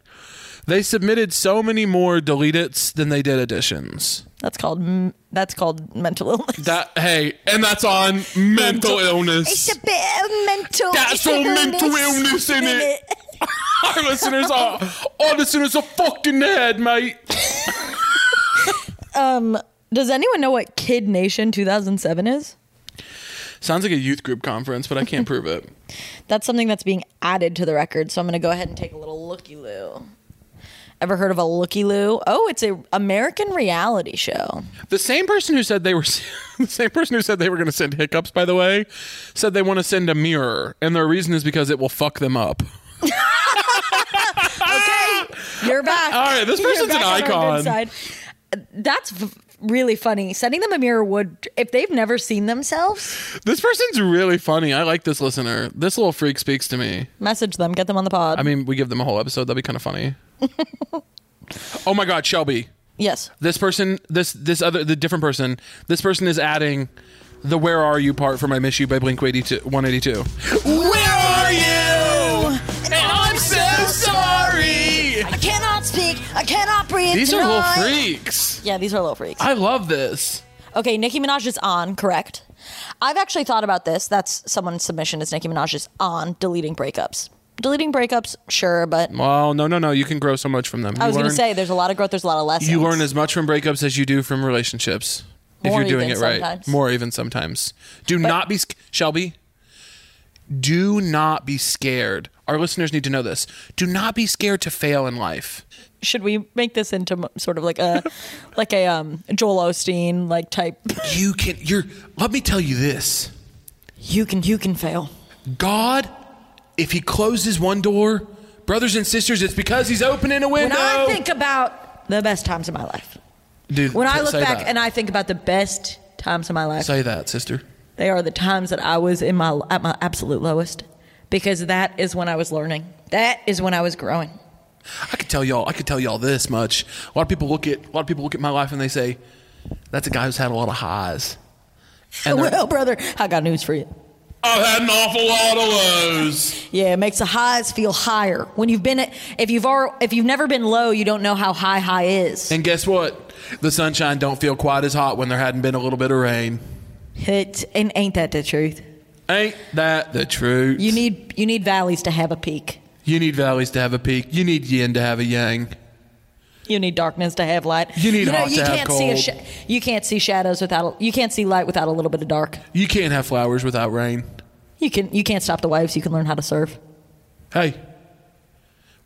A: They submitted so many more deleteds than they did additions.
B: That's called m- that's called mental illness. *laughs*
A: That hey, and that's on mental illness.
B: It's a bit of mental.
A: That's
B: it's
A: all
B: an
A: mental illness in it. Our listeners are our listeners are fucked in the head, mate.
B: *laughs* Does anyone know what Kid Nation 2007 is?
A: Sounds like a youth group conference, but I can't prove it.
B: That's something that's being added to the record. So I'm going to go ahead and take a little looky loo. Ever heard of a looky loo? Oh, it's a American reality show.
A: The same person who said they were *laughs* the same person who said they were going to send hiccups, by the way, said they want to send a mirror, and their reason is because it will fuck them up.
B: You're back.
A: All right, this
B: You're
A: person's
B: back
A: an
B: on our
A: icon.
B: good side. That's v- really funny. Sending them a mirror would, if they've never seen themselves,
A: This person's really funny. I like this listener. This little freak speaks to me.
B: message them, get them on the pod.
A: I mean, we give them a whole episode. That'd be kind of funny. *laughs* oh my God, Shelby.
B: yes.
A: this person this this other the different person this person is adding the where are you part from i miss you by blink 82 182 where are you and i'm so sorry
B: I cannot speak. I cannot breathe.
A: these are little
B: tonight.
A: freaks
B: Yeah, these are little freaks.
A: i love this
B: Okay, Nicki Minaj is on, correct? I've actually thought about this. That's someone's submission is Nicki Minaj is on deleting breakups. Deleting breakups, sure, but
A: well no no no you can grow so much from them
B: I was
A: you
B: going to
A: learn-
B: say there's a lot of growth, there's a lot of lessons.
A: you learn as much from breakups as you do from relationships if
B: More
A: you're doing
B: even
A: it right
B: sometimes.
A: more even sometimes do not be sc- shelby do not be scared our listeners need to know this do not be scared to fail in life
B: Should we make this into m- sort of like a like a um, Joel Osteen like type?
A: You can you're let me tell you this.
B: You can you can fail.
A: God, if he closes one door, brothers and sisters, it's because he's opening a
B: When
A: window.
B: I think about the best times of my life,
A: Dude,
B: when I
A: t-
B: look
A: say
B: back
A: that.
B: and I think about the best times of my life,
A: say that, sister.
B: They are the times that I was in my at my absolute lowest because that is when I was learning. That is when I was growing.
A: I could tell y'all I could tell y'all this much. A lot of people look at a lot of people look at my life and they say, That's a guy who's had a lot of highs. And they're-
B: well, brother, I got news for you.
A: I've had an awful lot of lows.
B: Yeah, it makes the highs feel higher. When you've been at, if you've ar- if you've never been low, you don't know how high high is.
A: And guess what? The sunshine don't feel quite as hot when there hadn't been a little bit of rain.
B: It, and ain't that the truth?
A: Ain't that the truth?
B: You need you need valleys to have a peak.
A: You need valleys to have a peak. You need yin to have a yang.
B: You need darkness to have light.
A: You need
B: you know,
A: hot
B: you
A: to have
B: can't see a
A: cold.
B: sha- you can't see shadows without a, you can't see light without a little bit of dark.
A: You can't have flowers without rain.
B: You can you can't stop the waves. You can learn how to surf.
A: Hey,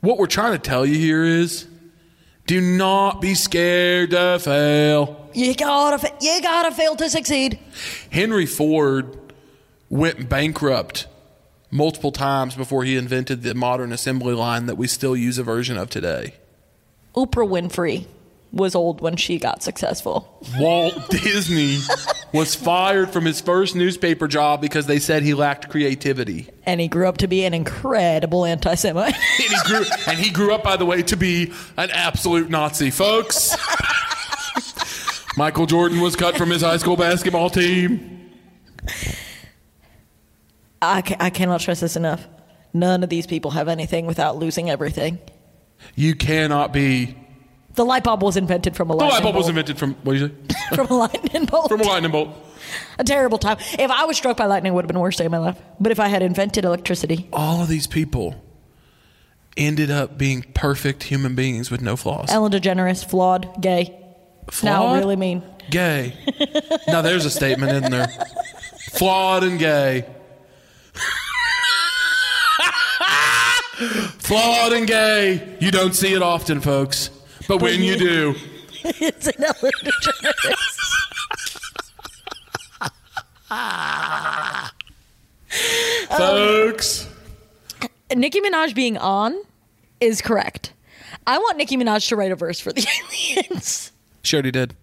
A: what we're trying to tell you here is Do not be scared to fail.
B: You gotta, fa- you gotta fail to succeed.
A: Henry Ford went bankrupt multiple times before he invented the modern assembly line that we still use a version of today.
B: Oprah Winfrey was old when she got successful.
A: Walt *laughs* Disney was fired from his first newspaper job because they said he lacked creativity.
B: And he grew up to be an incredible anti Semite.
A: And he grew, and he grew up, by the way, to be an absolute Nazi, folks. Michael Jordan was cut from his high school basketball team.
B: *laughs* I, ca- I cannot stress this enough. None of these people have anything without losing everything.
A: You cannot be.
B: The light bulb was invented from a
A: The
B: lightning
A: light bulb was
B: bolt.
A: invented from what do you say?
B: *laughs* from a lightning bolt.
A: From a lightning bolt.
B: a terrible time. If I was struck by lightning, it would have been the worst day of my life. But if I had invented electricity,
A: All of these people ended up being perfect human beings with no flaws.
B: Ellen DeGeneres, flawed, gay. Now
A: Flawed?
B: really *laughs* mean.
A: gay. now there's a statement in there. Flawed and gay. *laughs* Flawed and gay. You don't see it often, folks. But when you *laughs* do,
B: it's an Ellen DeGeneres.
A: Oh. folks.
B: Nicki Minaj being on is correct. I want Nicki Minaj to write a verse for the *laughs* aliens.
A: She already did.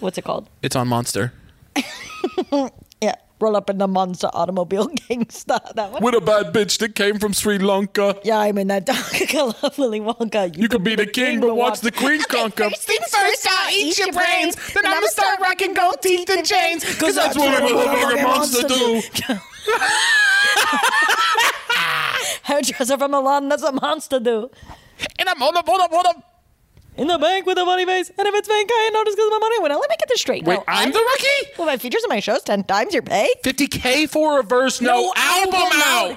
B: What's it called?
A: It's on Monster.
B: Yeah. Roll up in the monster automobile *laughs* gangsta. That one.
A: With a bad bitch that came from Sri Lanka.
B: Yeah, I'm in that dog. *laughs* I love Willy Wonka.
A: You could be the king, but watch the queen conquer.
B: First things first, I'll eat your brains. Then I'ma start rocking gold teeth and chains.
A: 'Cause that's what a motherfucking monster do.
B: Hairdresser from Milan, that's what monster do.
A: And I'm on the bottom, bottom.
B: In the bank with a funny face, and if it's bank, I ain't notice because my money went out. Let me get this straight.
A: Wait,
B: No,
A: I'm the rookie?
B: Well, my features in my shows ten times your pay.
A: 50K for a verse, no, Oh, album,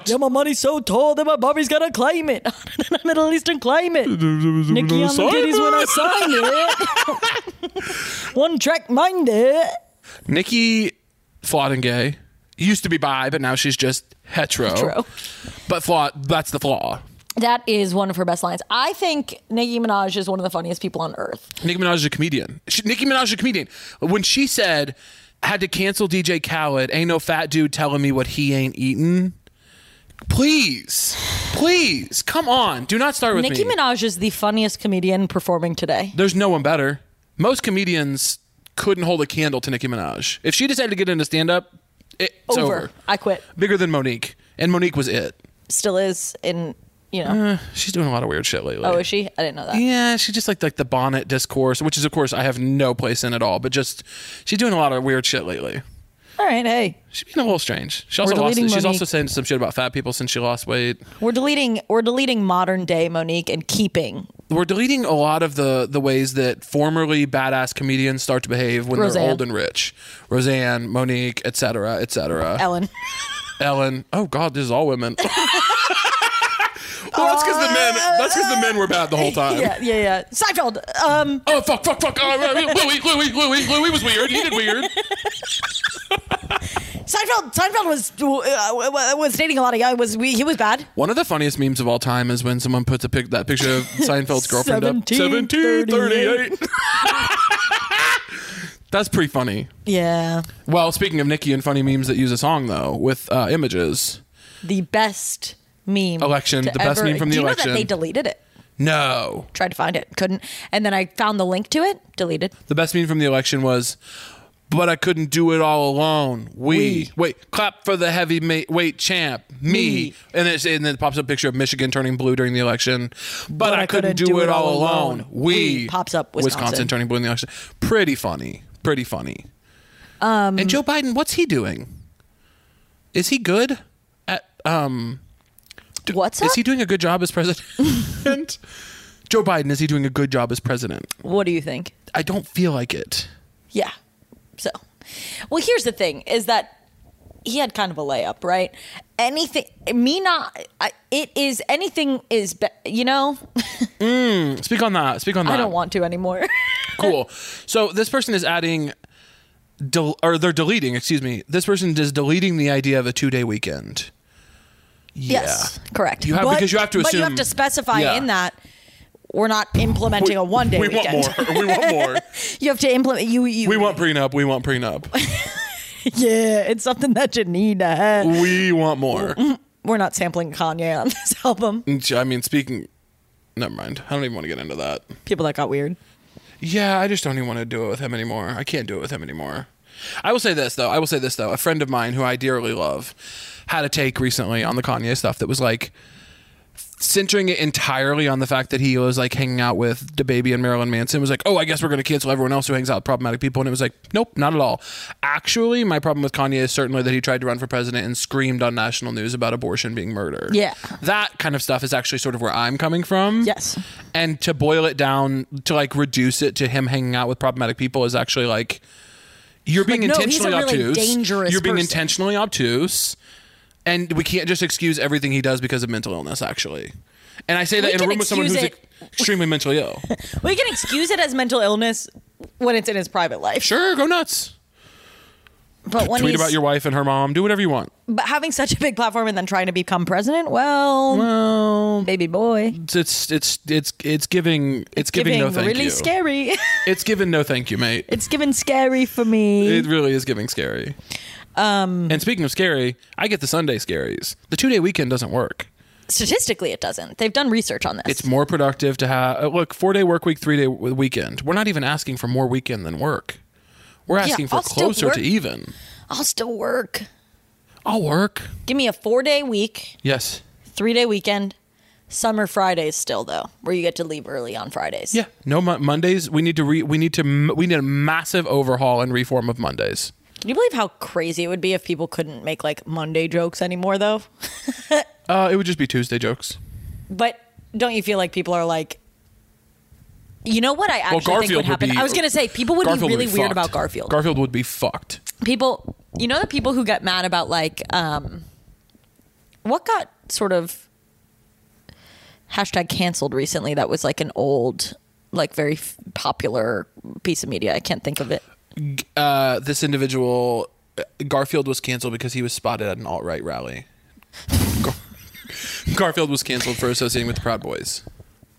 A: out.
B: Yeah, my money's so tall that my Bobby's gotta claim it. *laughs* Middle Eastern
A: *laughs*
B: claim it. Nikki on the titties when I sign it. One track mind it.
A: Nikki flawed and gay. Used to be bi, but now she's just hetero.
B: True.
A: But flaw that's the flaw.
B: That is one of her best lines. I think Nicki Minaj is one of the funniest people on earth.
A: Nicki Minaj is a comedian. She, Nicki Minaj is a comedian. When she said had to cancel DJ Khaled, ain't no fat dude telling me what he ain't eating. Please, please, come on. Do not start with
B: Nicki
A: me.
B: Minaj is the funniest comedian performing today.
A: There's no one better. Most comedians couldn't hold a candle to Nicki Minaj. If she decided to get into stand up, it's over.
B: I quit.
A: Bigger than Monique. And Monique was it.
B: Still is in, you know.
A: She's doing a lot of weird shit lately.
B: oh, is she? I didn't know that.
A: Uh-huh. Yeah, she just like like the bonnet discourse, which is of course I have no place in at all. But just she's doing a lot of weird shit lately.
B: All right, hey.
A: She's being a little strange. She also
B: We're
A: lost.
B: deleting
A: She's
B: Monique.
A: also saying some shit about fat people since she lost weight.
B: We're deleting we're deleting modern day Monique and keeping
A: We're deleting a lot of the the ways that formerly badass comedians start to behave when
B: Roseanne.
A: they're old and rich. Roseanne, Monique, etc., etc. *laughs*
B: Ellen.
A: Ellen. Oh God, this is all women. *laughs* well, that's because the men. That's because the men were bad the whole time.
B: yeah, yeah, yeah. Seinfeld. Um
A: Oh fuck, fuck, fuck! Oh, Louis, Louis, Louis, Louis was weird. He did weird.
B: Seinfeld Seinfeld was uh, was dating a lot of guys. Was we he was bad.
A: One of the funniest memes of all time is when someone puts a pic that picture of Seinfeld's girlfriend up.
B: 1738.
A: 1738. *laughs* That's pretty funny.
B: Yeah.
A: Well, speaking of Nikki and funny memes that use a song though, with uh, images.
B: The best meme.
A: Election,
B: to
A: the best
B: ever-
A: meme from the
B: Do you know
A: election.
B: that they deleted it?
A: No,
B: Tried to find it, couldn't. And then I found the link to it, deleted.
A: the best meme from the election was, "But I couldn't do it all alone. We,
B: We.
A: wait, clap for the heavy ma- weight champ, me."
B: Me.
A: And, it's, and then it pops up a picture of Michigan turning blue during the election. But, I, couldn't, do, it all alone. We,
B: We. Pops up Wisconsin.
A: turning blue in the election. Pretty funny. Pretty funny. Um, and Joe Biden, what's he doing? Is he good at um?
B: What's up?
A: Is he doing a good job as *laughs* president? Joe Biden, is he doing a good job as president?
B: what do you think?
A: I don't feel like it.
B: Yeah. So, well, here's the thing: is that he had kind of a layup, right? Anything, me not. I, it is anything is be, you know.
A: Speak on that. Speak on that.
B: I don't want to anymore. *laughs*
A: cool. So this person is adding, del- or they're deleting. Excuse me. This person is deleting the idea of a two-day weekend. Yeah.
B: Yes, correct.
A: You have-
B: But-
A: because you have to
B: But you have
A: assume-
B: to specify
A: Yeah.
B: in that we're not implementing a one day
A: we
B: weekend.
A: want more. We want more.
B: *laughs* you have to implement you. you
A: We want prenup. We want prenup.
B: *laughs* yeah, it's something that you need to have.
A: We want
B: *laughs*
A: more.
B: We're not sampling Kanye on *laughs* this album.
A: I mean, speaking. Never mind. I don't even want to get into that.
B: People that got weird.
A: Yeah, I just don't even want to do it with him anymore. I can't do it with him anymore. I will say this though. I will say this though. A friend of mine who I dearly love had a take recently on the Kanye stuff that was like centering it entirely on the fact that he was like hanging out with the baby and Marilyn Manson was like, "Oh, I guess we're going to cancel everyone else who hangs out with problematic people." And it was like, "Nope, not at all." Actually, my problem with Kanye is certainly that he tried to run for president and screamed on national news about abortion being murder.
B: Yeah.
A: That kind of stuff is actually sort of where I'm coming from.
B: Yes.
A: And to boil it down to like reduce it to him hanging out with problematic people is actually like you're being
B: Like, no, he's a
A: intentionally
B: really
A: obtuse.
B: dangerous
A: you're being
B: person.
A: intentionally obtuse. And we can't just excuse everything he does because of mental illness, actually. And I say that
B: We
A: in a
B: can
A: room with someone who's
B: excuse
A: ex- extremely mentally
B: *laughs*
A: ill.
B: We can excuse it as mental illness when it's in his private life.
A: Sure, go nuts.
B: But when
A: Tweet
B: he's
A: about your wife and her mom. Do whatever you want.
B: but having such a big platform and then trying to become president, well,
A: Well,
B: baby boy,
A: it's it's it's it's, it's giving it's, giving, no thank
B: really
A: you.
B: scary. *laughs*
A: It's giving no thank you, mate.
B: it's giving scary for me.
A: It really is giving scary. Um, and speaking of scary, I get the Sunday scaries. The two day weekend doesn't work.
B: Statistically, it doesn't. They've done research on this.
A: It's more productive to have uh, look four day work week, three day w- weekend. We're not even asking for more weekend than work. We're asking for
B: I'll still
A: closer
B: work.
A: to even.
B: I'll still work.
A: I'll work.
B: Give me a four day week,
A: Yes.
B: three day weekend, summer Fridays still though, where you get to leave early on Fridays.
A: Yeah. No Mon- Mondays. We need to re- we need to m- we need a massive overhaul and reform of Mondays.
B: Can you believe how crazy it would be if people couldn't make like Monday jokes anymore though?
A: Uh, it would just be Tuesday jokes.
B: But don't you feel like people are like, you know what I actually think would
A: Garfield would
B: happen?
A: be-
B: I was gonna say people would
A: Garfield
B: be really weird
A: fucked.
B: about Garfield.
A: Garfield would be fucked.
B: people, you know the people who get mad about like, um, what got sort of hashtag canceled recently? That was like an old, like very f- popular piece of media. I can't think of it.
A: Uh, this individual uh, Garfield was canceled because he was spotted at an alt right rally. Gar- *laughs* Garfield was canceled for associating with the Proud Boys.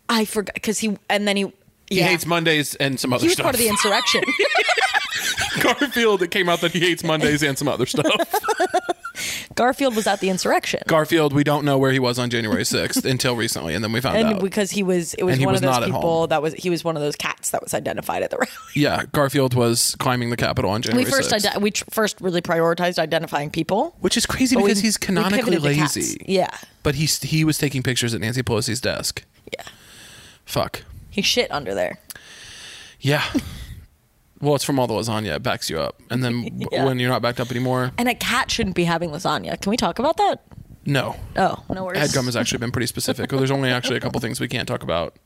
B: I forgot because he and then he.
A: He
B: Yeah.
A: hates Mondays and some other
B: he was
A: stuff. *laughs*
B: part of the insurrection.
A: Garfield, it came out that he hates Mondays and some
B: *laughs*
A: other stuff.
B: Garfield was at the insurrection,
A: Garfield, we don't know where he was on January 6th until recently, and then we found
B: and
A: out.
B: because he was, it was
A: And he
B: one
A: was
B: of
A: not
B: those
A: at home.
B: people that was he was one of those cats that was identified at the rally.
A: yeah, Garfield was climbing the Capitol on January
B: we first
A: 6th.
B: ide- we tr- first really prioritized identifying people
A: which is crazy
B: but Oh, we-
A: because he's
B: we pivoted
A: canonically
B: to cats.
A: lazy.
B: Yeah,
A: But he's, he was taking pictures at Nancy Pelosi's desk.
B: yeah.
A: Fuck.
B: He shit under there.
A: Yeah. well, it's from all the lasagna. It backs you up. And then w-
B: Yeah.
A: when you're not backed up anymore,
B: And a cat shouldn't be having lasagna. Can we talk about that?
A: no.
B: Oh, no worries.
A: Headgum has actually been pretty specific. Well, there's only actually a couple things we can't talk about.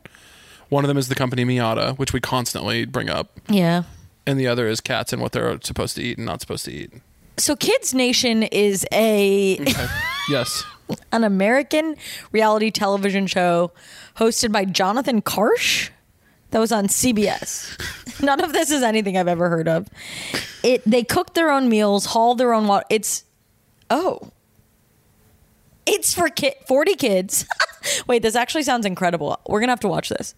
A: One of them is the company Miata, which we constantly bring up.
B: yeah.
A: and the other is cats and what they're supposed to eat and not supposed to eat.
B: So Kids Nation is a *laughs*
A: Yes.
B: an American reality television show hosted by Jonathan Karsh that was on CBS. *laughs* None of this is anything I've ever heard of. It they cook their own meals, haul their own water. It's oh. It's for ki- 40 kids. *laughs* Wait, this actually sounds incredible. We're going to have to watch this.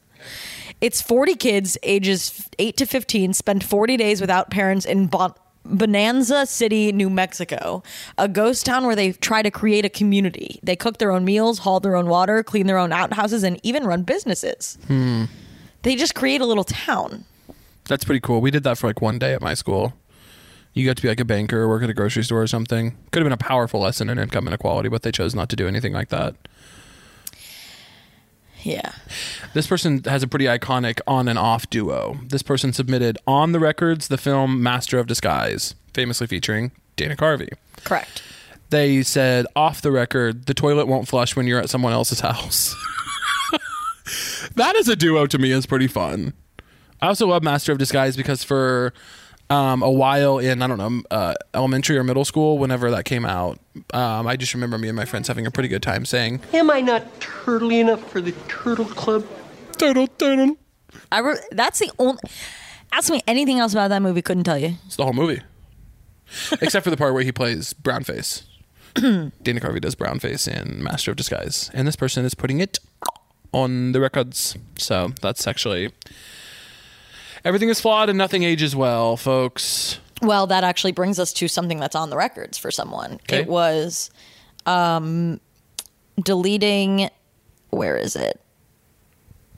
B: It's 40 kids ages 8 to 15 spend 40 days without parents in bon- Bonanza City, New Mexico, a ghost town where they try to create a community. They cook their own meals, haul their own water, clean their own outhouses, and even run businesses. They just create a little town.
A: That's pretty cool. We did that for like one day at my school. You got to be like a banker or work at a grocery store or something. Could have been a powerful lesson in income inequality, but they chose not to do anything like that.
B: Yeah.
A: This person has a pretty iconic on and off duo. This person submitted on the records the film Master of Disguise, famously featuring Dana Carvey.
B: Correct.
A: They said off the record, the toilet won't flush when you're at someone else's house. *laughs* that is a duo to me is pretty fun. I also love Master of Disguise because for um, a while in I don't know uh, elementary or middle school, whenever that came out, um, I just remember me and my friends having a pretty good time saying
F: Am I not turtly enough for the Turtle Club?
A: "turtle, turtle."
B: I re- that's the only Ask me anything else about that movie couldn't tell you.
A: It's the whole movie, except for the part where he plays brownface. Dana Carvey does brownface in Master of Disguise, and this person is putting it on the records. So that's actually everything is flawed and nothing ages well, folks.
B: Well, that actually brings us to something that's on the records for someone.
A: Okay.
B: It was um, deleting. Where is it?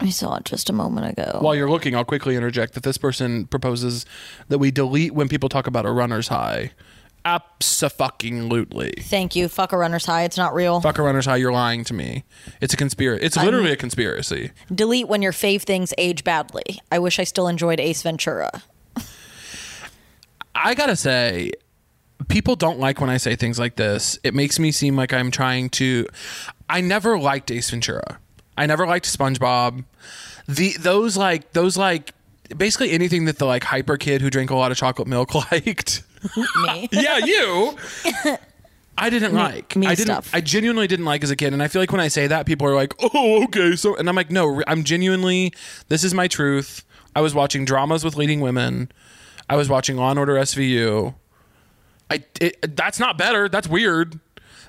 B: I saw it just a moment ago.
A: While you're looking, I'll quickly interject that this person proposes that we delete when people talk about a runner's high. Absolutely.
B: Thank you. Fuck a runner's high. It's not real.
A: Fuck a runner's high. You're lying to me. It's a conspiracy. It's
B: I'm-
A: literally a conspiracy.
B: Delete when your fave things age badly. I wish I still enjoyed Ace Ventura.
A: I gotta say, people don't like when I say things like this. It makes me seem like I'm trying to. I never liked Ace Ventura. I never liked SpongeBob. The those like those like basically anything that the like hyper kid who drank a lot of chocolate milk *laughs* liked.
B: Me.
A: yeah, you. I didn't like.
B: *laughs* me
A: I didn't.
B: stuff.
A: I genuinely didn't like as a kid, and I feel like when I say that, people are like, "Oh, okay." So, and I'm like, "No, re- I'm genuinely. This is my truth. I was watching dramas with leading women. I was watching Law and Order SVU. I. It, that's not better. That's weird.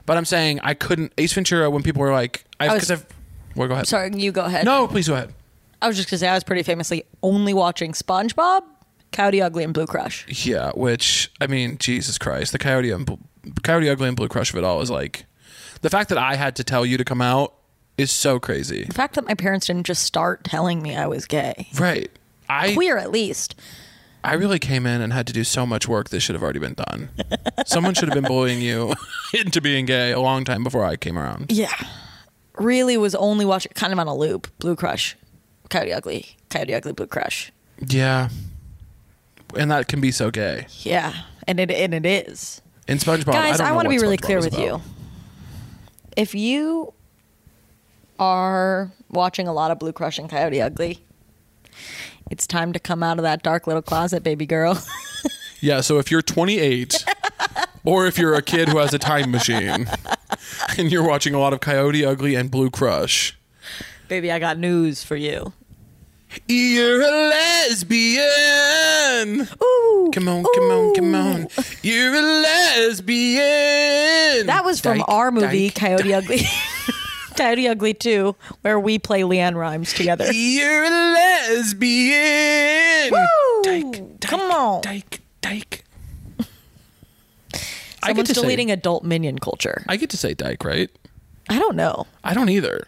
A: But I'm saying I couldn't Ace Ventura when people were like, "I."
B: I was-
A: Because I've. Well, go ahead.
B: *laughs* Sorry, you go ahead.
A: No, please go ahead.
B: I was just gonna say I was pretty famously only watching SpongeBob, Coyote Ugly, and Blue Crush.
A: Yeah, which I mean, Jesus Christ, the coyote and Bl- coyote ugly and blue crush of it all is like the fact that I had to tell you to come out is so crazy.
B: The fact that my parents didn't just start telling me I was gay,
A: Right. I
B: queer at least.
A: I really came in and had to do so much work that should have already been done. Someone should have been bullying you *laughs* into being gay a long time before I came around.
B: Yeah, really was only watching kind of on a loop. Blue Crush, Coyote Ugly, Coyote Ugly, Blue Crush.
A: Yeah. And that can be so gay.
B: Yeah, and it and it is.
A: In SpongeBob,
B: Guys,
A: I,
B: I,
A: don't
B: want to
A: know
B: be
A: what
B: really
A: SpongeBob
B: clear
A: is
B: with
A: about.
B: you. If you are watching a lot of Blue Crush and Coyote Ugly, it's time to come out of that dark little closet, baby girl. *laughs*
A: Yeah, so if you're 28 or if you're a kid who has a time
B: *laughs*
A: machine and you're watching a lot of Coyote Ugly and Blue Crush,
B: Baby, I got news for you.
A: You're a lesbian. Ooh. Come on, come on, come on. You're a lesbian.
B: That was from
A: Dyke,
B: our movie,
A: dyke.
B: Coyote Ugly. *laughs* Coyote Ugly 2, where we play Leanne Rhymes
A: *laughs*
B: together.
A: You're a lesbian.
B: Woo! Come on.
A: Dyke, dyke. I get
B: Someone's
A: to say-
B: deleting adult minion culture.
A: I get to say dyke, right?
B: I don't know.
A: I don't either.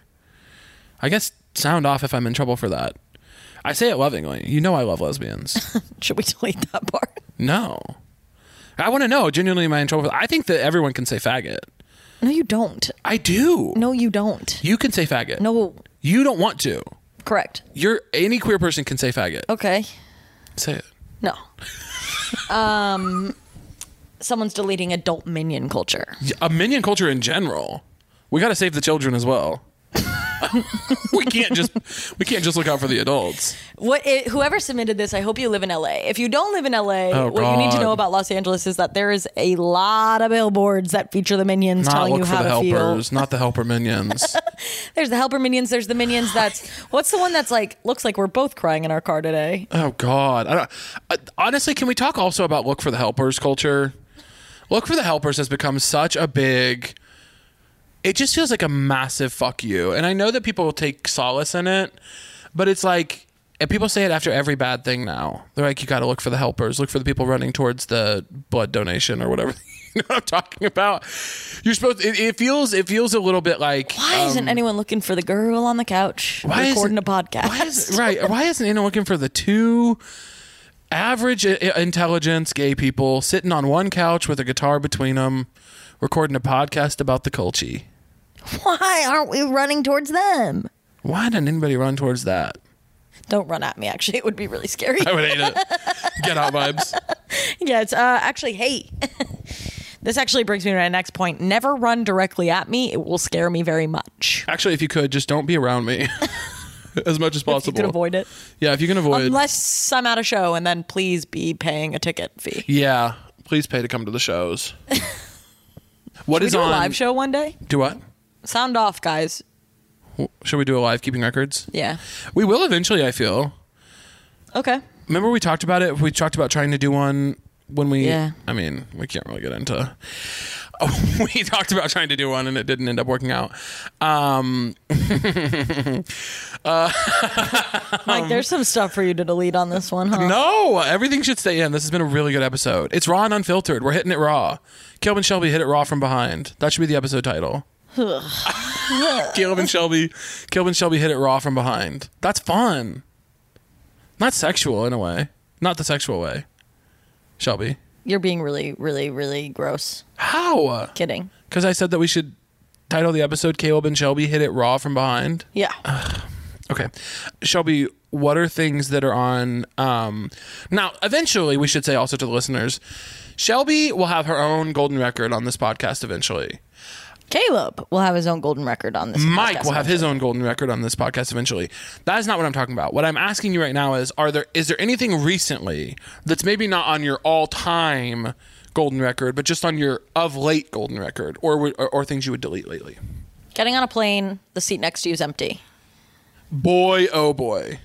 A: I guess sound off if I'm in trouble for that. I say it lovingly. You know I love
B: *laughs*
A: lesbians. *laughs*
B: Should we delete that part?
A: no. I want to know genuinely am I in trouble for I think that everyone can say faggot.
B: No, you don't.
A: I do.
B: No, you don't.
A: You can say faggot.
B: No,
A: You don't want to.
B: correct.
A: You're any queer person can say faggot.
B: Okay.
A: Say it. *laughs*
B: No. um, someone's deleting adult minion culture.
A: A minion culture in general. We got to save the children as
B: *laughs*
A: well. we can't just we can't just look out for the adults.
B: What it, whoever submitted this, I hope you live in LA. If you don't live in LA,
A: Oh,
B: what you need to
A: God.
B: know about Los Angeles is that there is a lot of billboards that feature the minions
A: Not
B: telling
A: look
B: you
A: for
B: how
A: the
B: to
A: helpers, not the helper
B: *laughs*
A: minions.
B: feel. There's the helper minions. There's the
A: *laughs*
B: minions. That's what's the one that's like looks like we're both crying in our car today.
A: oh God. I don't, uh, honestly, can we talk also about look for the helpers culture? Look for the helpers has become such a big. It just feels like a massive fuck you, and I know that people take solace in it, but it's like and people say it after every bad thing now. They're like, you got to look for the helpers, look for the people running towards the blood donation or whatever. *laughs* you know what I'm talking about? You're supposed. It, it feels. It feels a little bit like.
B: Why isn't anyone looking for the girl on the couch
A: Um, Why
B: recording
A: isn't-
B: a podcast?
A: Why is, right. Why isn't anyone looking for the two average i- i- intelligence gay people sitting on one couch with a guitar between them, recording a podcast about the culture?
B: *laughs* Why aren't we running towards them?
A: Why didn't anybody run towards that?
B: Don't run at me. Actually, *laughs* it would be really scary.
A: I would hate it. Get out vibes.
B: Yeah, it's uh, actually, hey, *laughs* this actually brings me to my next point. Never run directly at me. It will scare me very much.
A: Actually, if you could, just don't be around me *laughs* as much as
B: If you
A: possible.
B: can avoid it.
A: Yeah, if you can avoid.
B: Unless I'm at a show, and then please be paying a ticket fee.
A: yeah, please pay to come to the
B: *laughs*
A: shows. What
B: we
A: is
B: do
A: on
B: a live show one day?
A: Do what?
B: Sound off, guys.
A: W- Should we do a live keeping records?
B: Yeah.
A: We will eventually. I feel.
B: Okay.
A: Remember we talked about it. We talked about trying to do one when we.
B: Yeah.
A: I mean, we can't really get into. *laughs* we talked about trying to do one and it didn't end up working out. Um, uh,
B: Mike, there's some stuff for you to delete on this one, huh?
A: no, everything should stay in. This has been a really good episode. It's raw and unfiltered. We're hitting it raw. Caleb and Shelby hit it raw from behind. That should be the episode title. Caleb and Shelby, Caleb and Shelby hit it raw from behind. That's fun. Not sexual in a way. Not the sexual way. Shelby,
B: You're being really, really, really gross.
A: how?
B: Kidding.
A: Because I said that we should title the episode "Caleb and Shelby hit it raw from behind."
B: Yeah.
A: Okay, Shelby, what are things that are on? Um, now, eventually, we should say also to the listeners, Shelby will have her own golden record on this podcast eventually.
B: Caleb will have his own golden record on this.
A: Mike
B: podcast
A: will have his own golden record on this podcast eventually. That is not what I'm talking about. What I'm asking you right now is are there is there anything recently that's maybe not on your all-time golden record but just on your of late golden record or would- or, or things you would delete lately?
B: Getting on a plane, the seat next to you is empty.
A: Boy oh boy.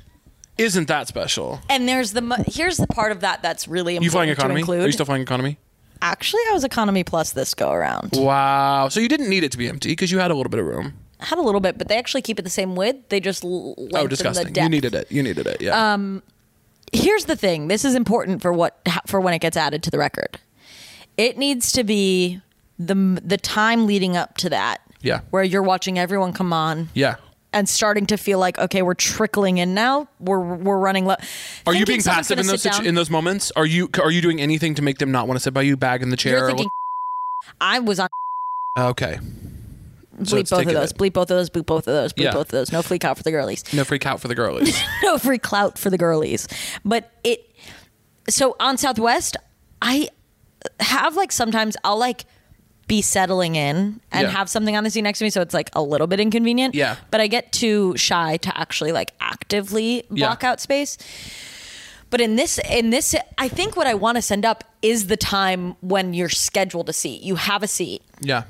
A: Isn't that special?
B: And there's the mo- here's the part of that that's really important
A: You flying
B: to
A: economy?
B: include.
A: Are you still flying economy?
B: Actually, I was economy plus this go around.
A: Wow. So you didn't need it to be empty because you had a little bit of room.
B: Had a little bit, but they actually keep it the same width. They just l- lengthen
A: oh, disgusting.
B: the
A: you
B: depth.
A: needed it. You needed it. Yeah.
B: Um, here's the thing. This is important for what ho- for when it gets added to the record. It needs to be the m- the time leading up to that
A: yeah.
B: where you're watching everyone come on
A: Yeah.
B: and starting to feel like okay, we're trickling in now. We're we're running low.
A: Are you
B: Thinking
A: being
B: someone's
A: passive
B: gonna
A: in those
B: sit
A: situ-
B: down-
A: in those moments? Are you are you doing anything to make them not want to sit by you? Bag in the chair.
B: You're
A: or
B: thinking. I was on.
A: Okay.
B: Bleep
A: So
B: both
A: it's
B: of
A: ticketed.
B: those. Bleep both of those. Bleep both of those. Bleep
A: Yeah.
B: both of those. No fleek out for the girlies.
A: No freak out for the
B: *laughs*
A: girlies.
B: no free clout for the girlies. But it so on Southwest, I have like sometimes I'll like be settling in and
A: Yeah.
B: have something on the seat next to me, so it's like a little bit inconvenient.
A: Yeah.
B: But I get too shy to actually like actively
A: Yeah.
B: block out space. But in this, in this, I think what I want to send up is the time when you're scheduled a seat. You have a seat,
A: yeah.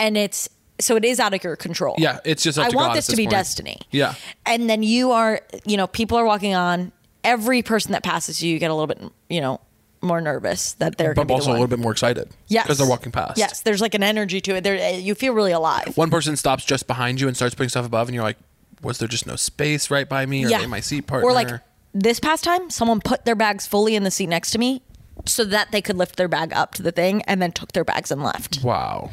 B: and it's so it is out of your control.
A: Yeah. It's just up
B: I
A: to
B: want
A: God at
B: this to be
A: point.
B: destiny
A: Yeah.
B: and then you are you know people are walking on every person that passes you you get a little bit you know more nervous that they're gonna
A: But
B: be
A: also
B: the
A: a
B: one.
A: little bit more excited.
B: yes
A: Because they're walking past.
B: yes there's like an energy to it there you feel really alive
A: One person stops just behind you and starts putting stuff above, and you're like, was there just no space right by me or
B: yeah
A: in my seat partner?
B: or like this past time someone put their bags fully in the seat next to me so that they could lift their bag up to the thing and then took their bags and left
A: wow.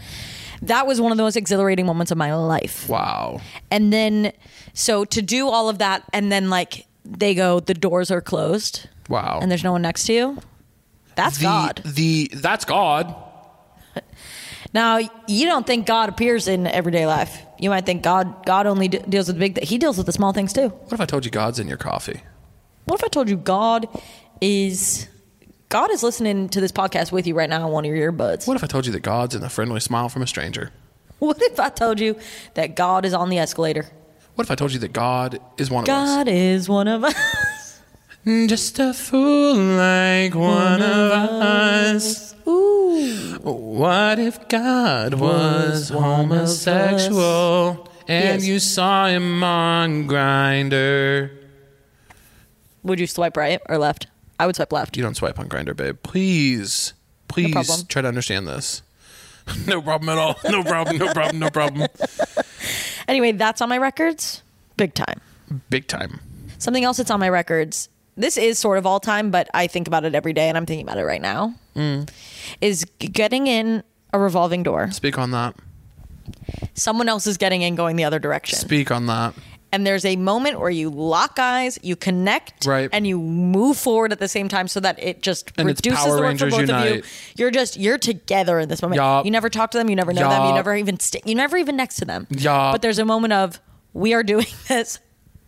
B: that was one of the most exhilarating moments of my life
A: Wow.
B: And then, so to do all of that, and then like they go, the doors are closed.
A: Wow.
B: And there's no one next to you. That's
A: the,
B: God.
A: The that's God.
B: Now you don't think God appears in everyday life. You might think God God only de- deals with the big. Th- he deals with the small things too.
A: What if I told you God's in your coffee?
B: What if I told you God is God is listening to this podcast with you right now on one of your earbuds? *laughs*
A: What if I told you that God's in the friendly smile from a stranger?
B: What if I told you that God is on the escalator?
A: What if I told you that God is one of us? Mm,
B: God is one of us. *laughs*
A: Just a fool like one of us. What if God was homosexual and
B: Yes.
A: you saw him on Grinder?
B: Would you swipe right or left? I would swipe left.
A: You don't swipe on Grinder, babe. Please, please
B: problem.
A: try to understand this. *laughs* no problem at all. No problem. No problem. No problem.
B: Anyway, that's on my records. Big time.
A: Big time.
B: Something else that's on my records. This is sort of all time, but I think about it every day, and I'm thinking about it right now. Is g- getting in a revolving door.
A: Speak on that.
B: Someone else is getting in, going the other direction,
A: Speak on that.
B: and there's a moment where you lock eyes, you connect,
A: Right.
B: and you move forward at the same time, so that it just
A: And it's
B: reduces
A: Power
B: the work
A: Rangers
B: for both of you.
A: Unite.
B: You're just you're together in this moment.
A: Yup.
B: You never talk to them, you never know them, you
A: Yup.
B: never even st- you never even next to them.
A: Yup.
B: But there's a moment of we are doing *laughs* this.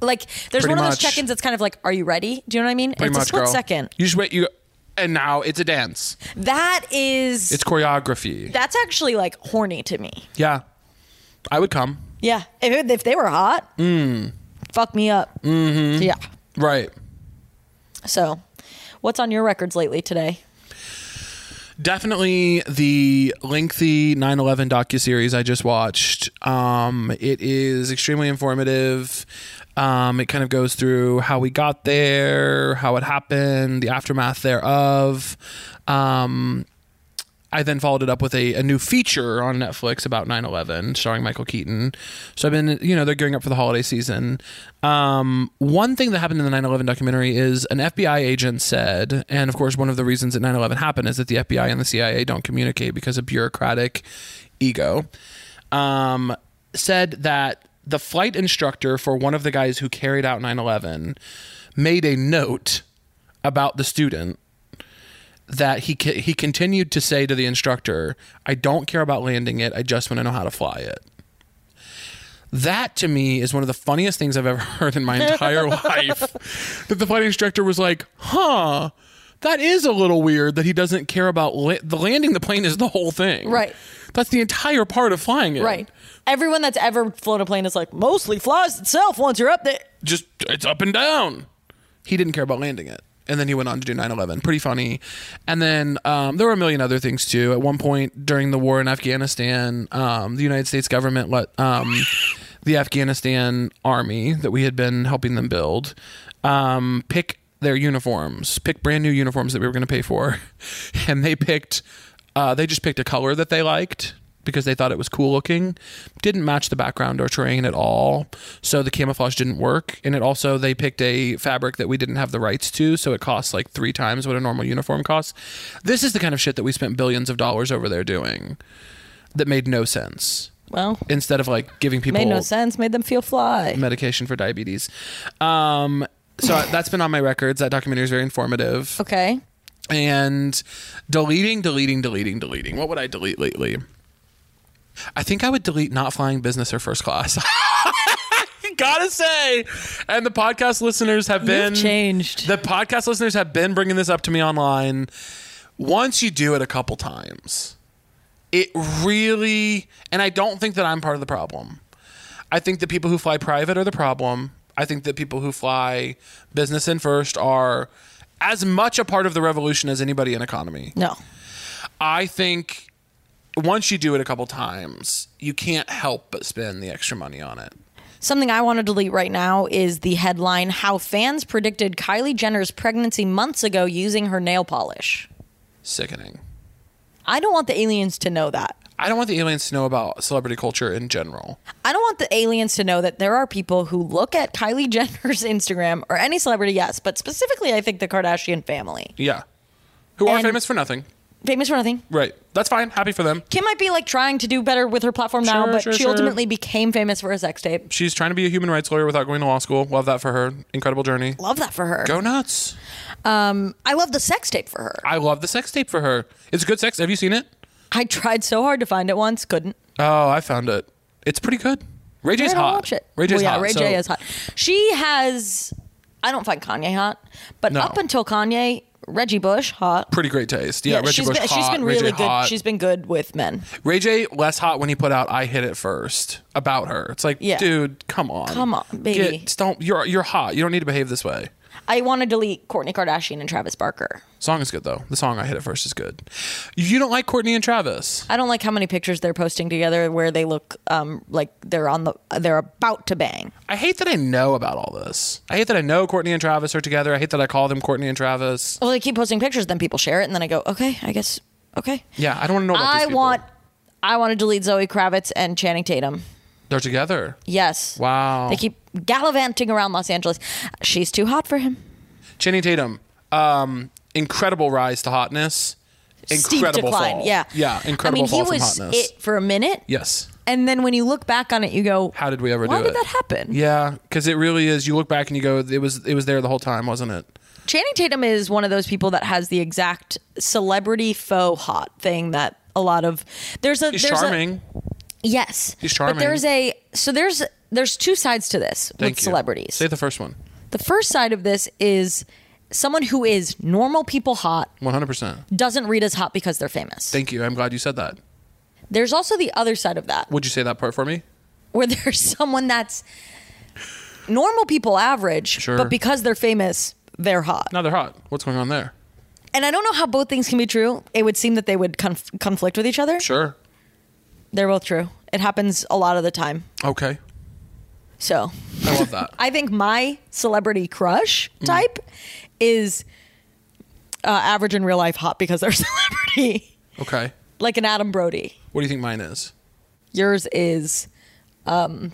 B: Like there's
A: Pretty
B: one of those
A: much.
B: check-ins that's kind of like, are you ready? Do you know what I mean?
A: Pretty
B: it's
A: much,
B: a split
A: girl.
B: second.
A: You just wait. You and now it's a dance.
B: That is
A: It's choreography.
B: that's actually like horny to me.
A: Yeah, I would come.
B: Yeah. If, if they were hot,
A: Hmm.
B: fuck me up. Mm-hmm. Yeah.
A: Right.
B: So, what's on your records lately today?
A: Definitely the lengthy 9/11 docuseries I just watched. Um, it is extremely informative. Um, it kind of goes through how we got there, how it happened, the aftermath thereof. Um, I then followed it up with a, a new feature on Netflix about 9 11 starring Michael Keaton. So I've been, you know, they're gearing up for the holiday season. Um, one thing that happened in the 9 11 documentary is an FBI agent said, and of course, one of the reasons that 9 11 happened is that the FBI and the CIA don't communicate because of bureaucratic ego, um, said that the flight instructor for one of the guys who carried out 9 11 made a note about the student that he ca- he continued to say to the instructor, "I don't care about landing it. I just want to know how to fly it." That to me is one of the funniest things I've ever *laughs* heard in my
B: *laughs*
A: entire life. That the flight instructor was like, "Huh, that is a little weird that he doesn't care about la- the landing the plane is the whole thing."
B: Right.
A: That's the entire part of flying it.
B: Right. Everyone that's ever flown a plane is like mostly flies itself once you're up there.
A: just it's up and down. He didn't care about landing it. And then he went on to do 9 11. Pretty funny. And then um, there were a million other things too. At one point during the war in Afghanistan, um, the United States government let um, the Afghanistan army that we had been helping them build um, pick their uniforms, pick brand new uniforms that we were going to pay for. *laughs* And they picked, uh, they just picked a color that they liked because they thought it was cool looking didn't match the background or terrain at all so the camouflage didn't work and it also they picked a fabric that we didn't have the rights to so it costs like three times what a normal uniform costs this is the kind of shit that we spent billions of dollars over there doing that made no sense
B: Well,
A: instead of like giving people
B: made no sense. Made them feel fly.
A: medication for diabetes um so that's been on my records that documentary is very informative
B: Okay.
A: and deleting, deleting, deleting, deleting. What would I delete lately? I think I would delete not flying business or first class. *laughs* Gotta say, and the podcast listeners have been
B: changed.
A: The podcast listeners have been bringing this up to me online. Once you do it a couple times, it really, and I don't think that I'm part of the problem. I think that people who fly private are the problem. I think that people who fly business and first are as much a part of the revolution as anybody in economy.
B: No.
A: I think once you do it a couple times, you can't help but spend the extra money on it.
B: Something I want to delete right now is the headline How Fans Predicted Kylie Jenner's Pregnancy Months Ago Using Her Nail Polish.
A: Sickening.
B: I don't want the aliens to know that.
A: I don't want the aliens to know about celebrity culture in general.
B: I don't want the aliens to know that there are people who look at Kylie *laughs* Jenner's Instagram or any celebrity, yes, but specifically, I think the Kardashian family.
A: Yeah. Who are
B: And-
A: famous for nothing.
B: Famous for nothing.
A: Right. That's fine. Happy for them.
B: Kim might be like trying to do better with her platform now,
A: Sure,
B: but
A: sure,
B: she
A: sure.
B: ultimately became famous for a sex tape.
A: She's trying to be a human rights lawyer without going to law school. Love that for her. Incredible journey.
B: Love that for her.
A: Go nuts.
B: Um, I love the sex tape for her.
A: I love the sex tape for her. It's good sex. Have you seen it?
B: I tried so hard to find it once, couldn't.
A: Oh, I found it. It's pretty good. Ray J's
B: I don't
A: hot.
B: watch it.
A: Ray J's
B: well, yeah,
A: hot.
B: Ray
A: so-
B: J is hot. She has. I don't find Kanye hot, but
A: No.
B: up until Kanye, Reggie Bush hot.
A: Pretty great taste. Yeah, Reggie
B: she's
A: Bush
B: been,
A: hot.
B: she's been
A: Ray J
B: really good.
A: hot.
B: She's been good with men.
A: Ray J less hot when he put out "I Hit It First about her. It's like,
B: Yeah.
A: dude, come on,
B: Come on, baby.
A: Get, don't you're you're hot. You don't need to behave this way.
B: I want to delete Courtney Kardashian and Travis Barker.
A: Song is good though. The song "I Hit It First is good. You don't like Courtney and Travis.
B: I don't like how many pictures they're posting together where they look um, like they're on the they're about to bang.
A: I hate that I know about all this. I hate that I know Courtney and Travis are together. I hate that I call them Courtney and Travis.
B: Well, they keep posting pictures, then people share it, and then I go, okay, I guess, okay.
A: Yeah, I don't want to know about these
B: I
A: people.
B: want, I want to delete Zoe Kravitz and Channing Tatum.
A: They're together.
B: Yes.
A: Wow.
B: They keep gallivanting around Los Angeles. She's too hot for him.
A: Channing Tatum, um, incredible rise to hotness.
B: Steep
A: Incredible
B: decline.
A: fall.
B: Yeah.
A: Yeah, incredible
B: I mean,
A: fall
B: he
A: from
B: was
A: hotness.
B: it for a minute,
A: yes.
B: and then when you look back on it, you go,
A: How did we ever
B: Why
A: do
B: did
A: it?
B: that happen?
A: Yeah, because it really is. You look back and you go, it was it was there the whole time, wasn't it?
B: Channing Tatum is one of those people that has the exact celebrity faux hot thing that a lot of there's a
A: He's
B: there's a-
A: charming.
B: yes,
A: He's charming.
B: But there's a so there's there's two sides to this
A: Thank
B: with
A: you.
B: celebrities.
A: Say the first one.
B: the first side of this is someone who is normal people hot
A: One hundred percent.
B: doesn't read as hot because they're famous.
A: Thank you. I'm glad you said that.
B: There's also the other side of that
A: Would you say that part for me?
B: where *laughs* there's someone that's normal people average,
A: Sure.
B: but because they're famous, they're hot.
A: Now they're hot. What's going on there?
B: And I don't know how both things can be true. It would seem that they would conf- conflict with each other.
A: Sure.
B: They're both true. It happens a lot of the time.
A: Okay.
B: So
A: I love that.
B: *laughs* I think my celebrity crush
A: Mm.
B: type is uh, average in real life hot because they're a *laughs* celebrity.
A: Okay.
B: like an Adam Brody.
A: What do you think mine is?
B: Yours is um,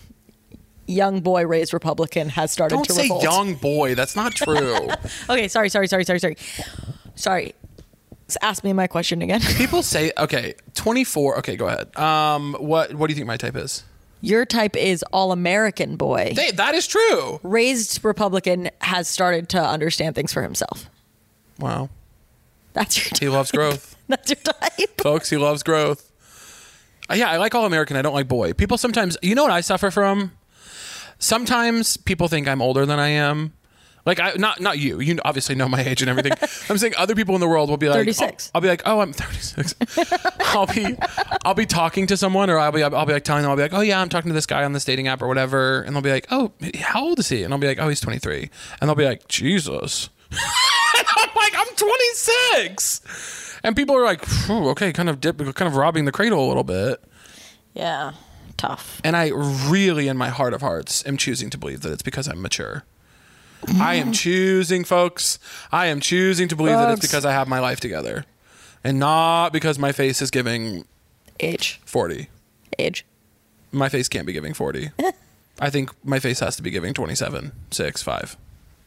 B: young boy raised Republican has started
A: Don't
B: to
A: say
B: revolt.
A: young boy. That's not
B: *laughs*
A: true.
B: okay, sorry, sorry, sorry, sorry, sorry. Sorry. S- Ask me my question again. *laughs*
A: People say okay, 24. Okay, go ahead. Um what what do you think my type is?
B: Your type is all American boy.
A: Hey, that is true.
B: raised Republican has started to understand things for himself.
A: Wow.
B: That's your
A: He loves growth.
B: *laughs* That's your type.
A: Folks, he loves growth. Uh, Yeah, I like all American. I don't like boy. People sometimes, you know what I suffer from? Sometimes people think I'm older than I am. Like I not not you. You obviously know my age and everything. I'm saying other people in the world will be like
B: 36.
A: I'll, I'll be like, "Oh, I'm 36." I'll be I'll be talking to someone or I'll be I'll be like telling them I'll be like, "Oh yeah, I'm talking to this guy on this dating app or whatever." And they'll be like, "Oh, how old is he?" And I'll be like, "Oh, he's 23." And they'll be like, "Jesus." *laughs* And I'm like, I'm 26. And people are like, "Phew, okay, kind of dip, kind of robbing the cradle a little bit.
B: Yeah, tough.
A: And I really, in my heart of hearts, am choosing to believe that it's because I'm mature. I
B: Mm.
A: am choosing, folks. I am choosing to believe that it's
B: Folks.
A: because I have my life together and not because my face is giving
B: Age,
A: 40.
B: age.
A: My face can't be giving
B: *laughs*
A: 40. I think my face has to be giving 27, 6, 5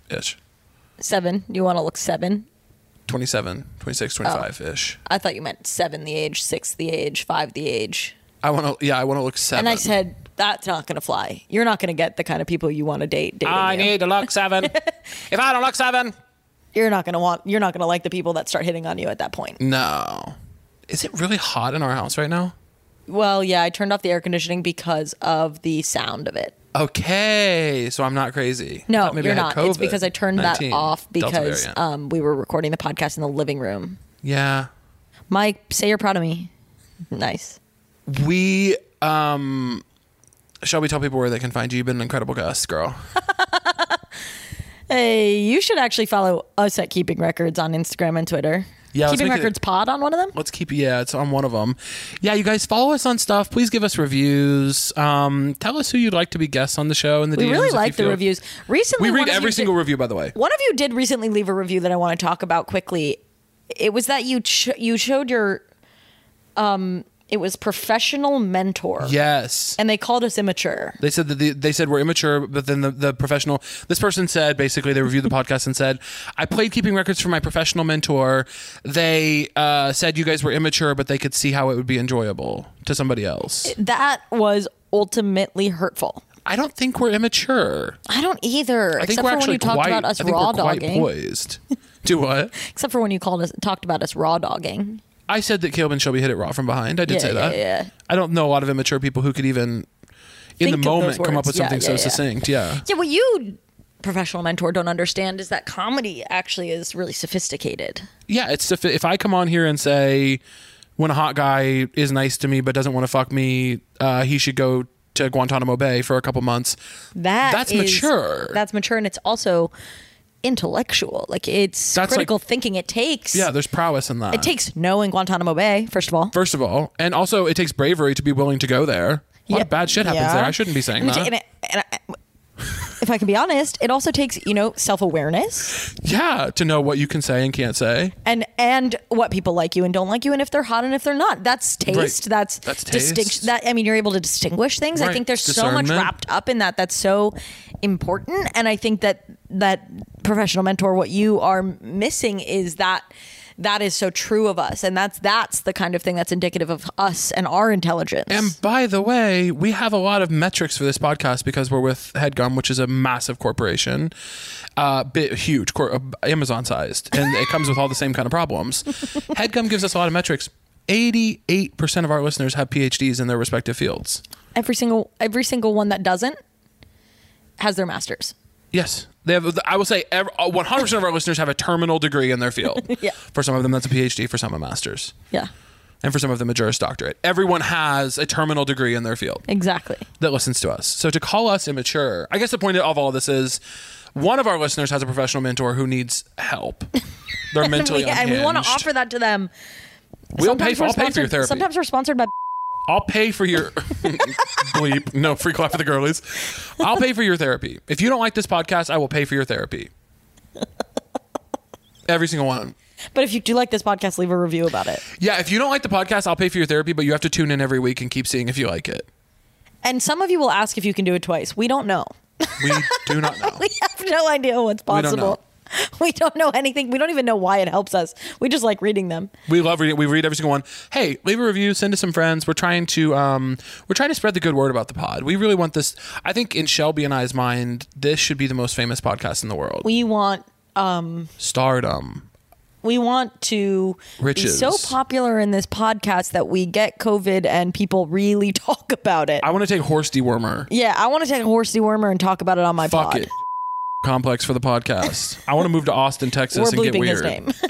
A: ish.
B: Seven. You want to look seven?
A: 27, 26,
B: Oh.
A: 25 ish.
B: I thought you meant seven the age, six the age, five the age.
A: I want to, yeah, I want to look 7.
B: And I said, that's not going to fly. You're not going to get the kind of people you want to date. Dating
A: I
B: you.
A: need to look
B: *laughs*
A: seven. if I don't look seven,
B: You're not going to want, you're not going to like the people that start hitting on you at that point.
A: no. Is it really hot in our house right now?
B: Well, yeah, I turned off the air conditioning because of the sound of it.
A: Okay, so I'm not crazy. I
B: No,
A: thought maybe
B: you're
A: I had
B: not. It's because I turned
A: COVID-19,
B: that off
A: Delta
B: because
A: variant.
B: um, we were recording the podcast in the living room.
A: yeah,
B: Mike, say you're proud of me. Nice.
A: we um, shall we tell people where they can find you? You've been an incredible guest, girl.
B: Hey, you should actually follow us at Keeping Records on Instagram and Twitter.
A: Yeah, let's
B: Keeping
A: make it-
B: Records Pod on one of them.
A: Let's keep yeah, it's on one of them. Yeah, you guys follow us on stuff. Please give us reviews. Um, tell us who you'd like to be guests on the show. And the
B: We
A: DMs
B: really
A: if you
B: like the
A: feel-
B: reviews. Recently,
A: We
B: one
A: read
B: of
A: every
B: you
A: single
B: did-
A: review, by the way.
B: One of you did recently leave a review that I want to talk about quickly. It was that you ch- you showed your um it was professional mentor.
A: Yes.
B: And they called us immature.
A: They said that the, they said we're immature, but then the, the professional this person said basically they
B: *laughs*
A: reviewed the podcast and said I played keeping records for my professional mentor. They uh, said you guys were immature, but they could see how it would be enjoyable to somebody else.
B: That was ultimately hurtful.
A: I don't think we're immature.
B: I don't either.
A: I think
B: except
A: we're
B: for when
A: actually
B: you talked
A: quite.
B: about us
A: I think
B: raw
A: we're quite
B: dogging.
A: poised. Do what?
B: Except for when you called us talked about us raw dogging.
A: I said that Caleb and Shelby hit it raw from behind. I did
B: Yeah,
A: say
B: yeah,
A: that.
B: yeah.
A: I don't know a lot of immature people who could even in
B: Think
A: the
B: of those
A: moment come up
B: words.
A: with
B: Yeah,
A: something so
B: yeah, yeah.
A: succinct. Yeah.
B: Yeah, what you professional mentor don't understand is that comedy actually is really sophisticated.
A: yeah, it's if, if I come on here and say when a hot guy is nice to me but doesn't want to fuck me, uh, he should go to Guantanamo Bay for a couple months.
B: That
A: That's
B: is-
A: mature.
B: That's mature, and it's also intellectual. Like it's
A: That's
B: critical
A: like-
B: thinking. It takes.
A: Yeah, there's prowess in that.
B: It takes knowing Guantanamo Bay first of all.
A: first of all, and also it takes bravery to be willing to go there. A lot
B: Yeah.
A: of bad shit happens
B: Yeah.
A: there. I shouldn't be saying
B: And it-
A: that.
B: and it- and I- if I can be honest, it also takes you know self awareness
A: yeah, to know what you can say and can't say.
B: and and what people like you and don't like you, and if they're hot and if they're not. That's taste.
A: Right.
B: That's
A: That's taste.
B: distinction. That I mean, you're able to distinguish things.
A: Right.
B: I think there's so much
A: Discernment.
B: wrapped up in that. That's so important, and I think that that professional mentor, what you are missing is that. That is so true of us, and that's that's the kind of thing that's indicative of us and our intelligence.
A: And by the way, we have a lot of metrics for this podcast because we're with HeadGum, which is a massive corporation, uh, bit huge, cor- uh, Amazon sized, and it comes with all the same kind of problems. HeadGum gives us a lot of metrics. Eighty-eight percent of our listeners have PhDs in their respective fields.
B: every single every single one that doesn't has their masters.
A: Yes, they have. I will say, uh, one hundred percent of our listeners have a terminal degree in their field.
B: Yeah.
A: For some of them, that's a PhD. For some, a master's,
B: Yeah,
A: and for some of them, a Juris Doctorate. Everyone has a terminal degree in their field.
B: exactly.
A: that listens to us. So to call us immature, I guess the point of all this is one of our listeners has a professional mentor who needs help. They're mentally
B: and *laughs* we, and we want to
A: unhinged.
B: offer that to them.
A: We'll pay
B: Sometimes
A: for, I'll
B: we're
A: pay for your
B: sponsored-
A: therapy.
B: Sometimes we're sponsored by.
A: I'll pay for
B: *laughs*
A: your bleep. No, free clap for the girlies. I'll pay for your therapy. If you don't like this podcast, I will pay for your therapy. Every single one.
B: But if you do like this podcast, leave a review about it.
A: Yeah, if you don't like the podcast, I'll pay for your therapy, but you have to tune in every week and keep seeing if you like it.
B: And some of you will ask if you can do it twice. We don't know. *laughs*
A: We do not know.
B: we have no idea what's
A: We don't know.
B: possible. *laughs* We don't know anything. We don't even know why it helps us. We just like reading them.
A: We love reading. We read every single one. Hey, leave a review. Send to some friends. We're trying to um, we're trying to spread the good word about the pod. We really want this. I think in Shelby and I's mind, this should be the most famous podcast in the world.
B: We want um
A: Stardom.
B: we want to
A: Riches.
B: be so popular in this podcast that we get COVID and people really *laughs* talk about it.
A: I want to take horse dewormer.
B: yeah, I want to take a horse dewormer and talk about it on my
A: Fuck
B: pod.
A: it. Complex for the podcast. I want to move to Austin, Texas, and
B: We're
A: get
B: bleeping
A: weird.
B: his name. *laughs*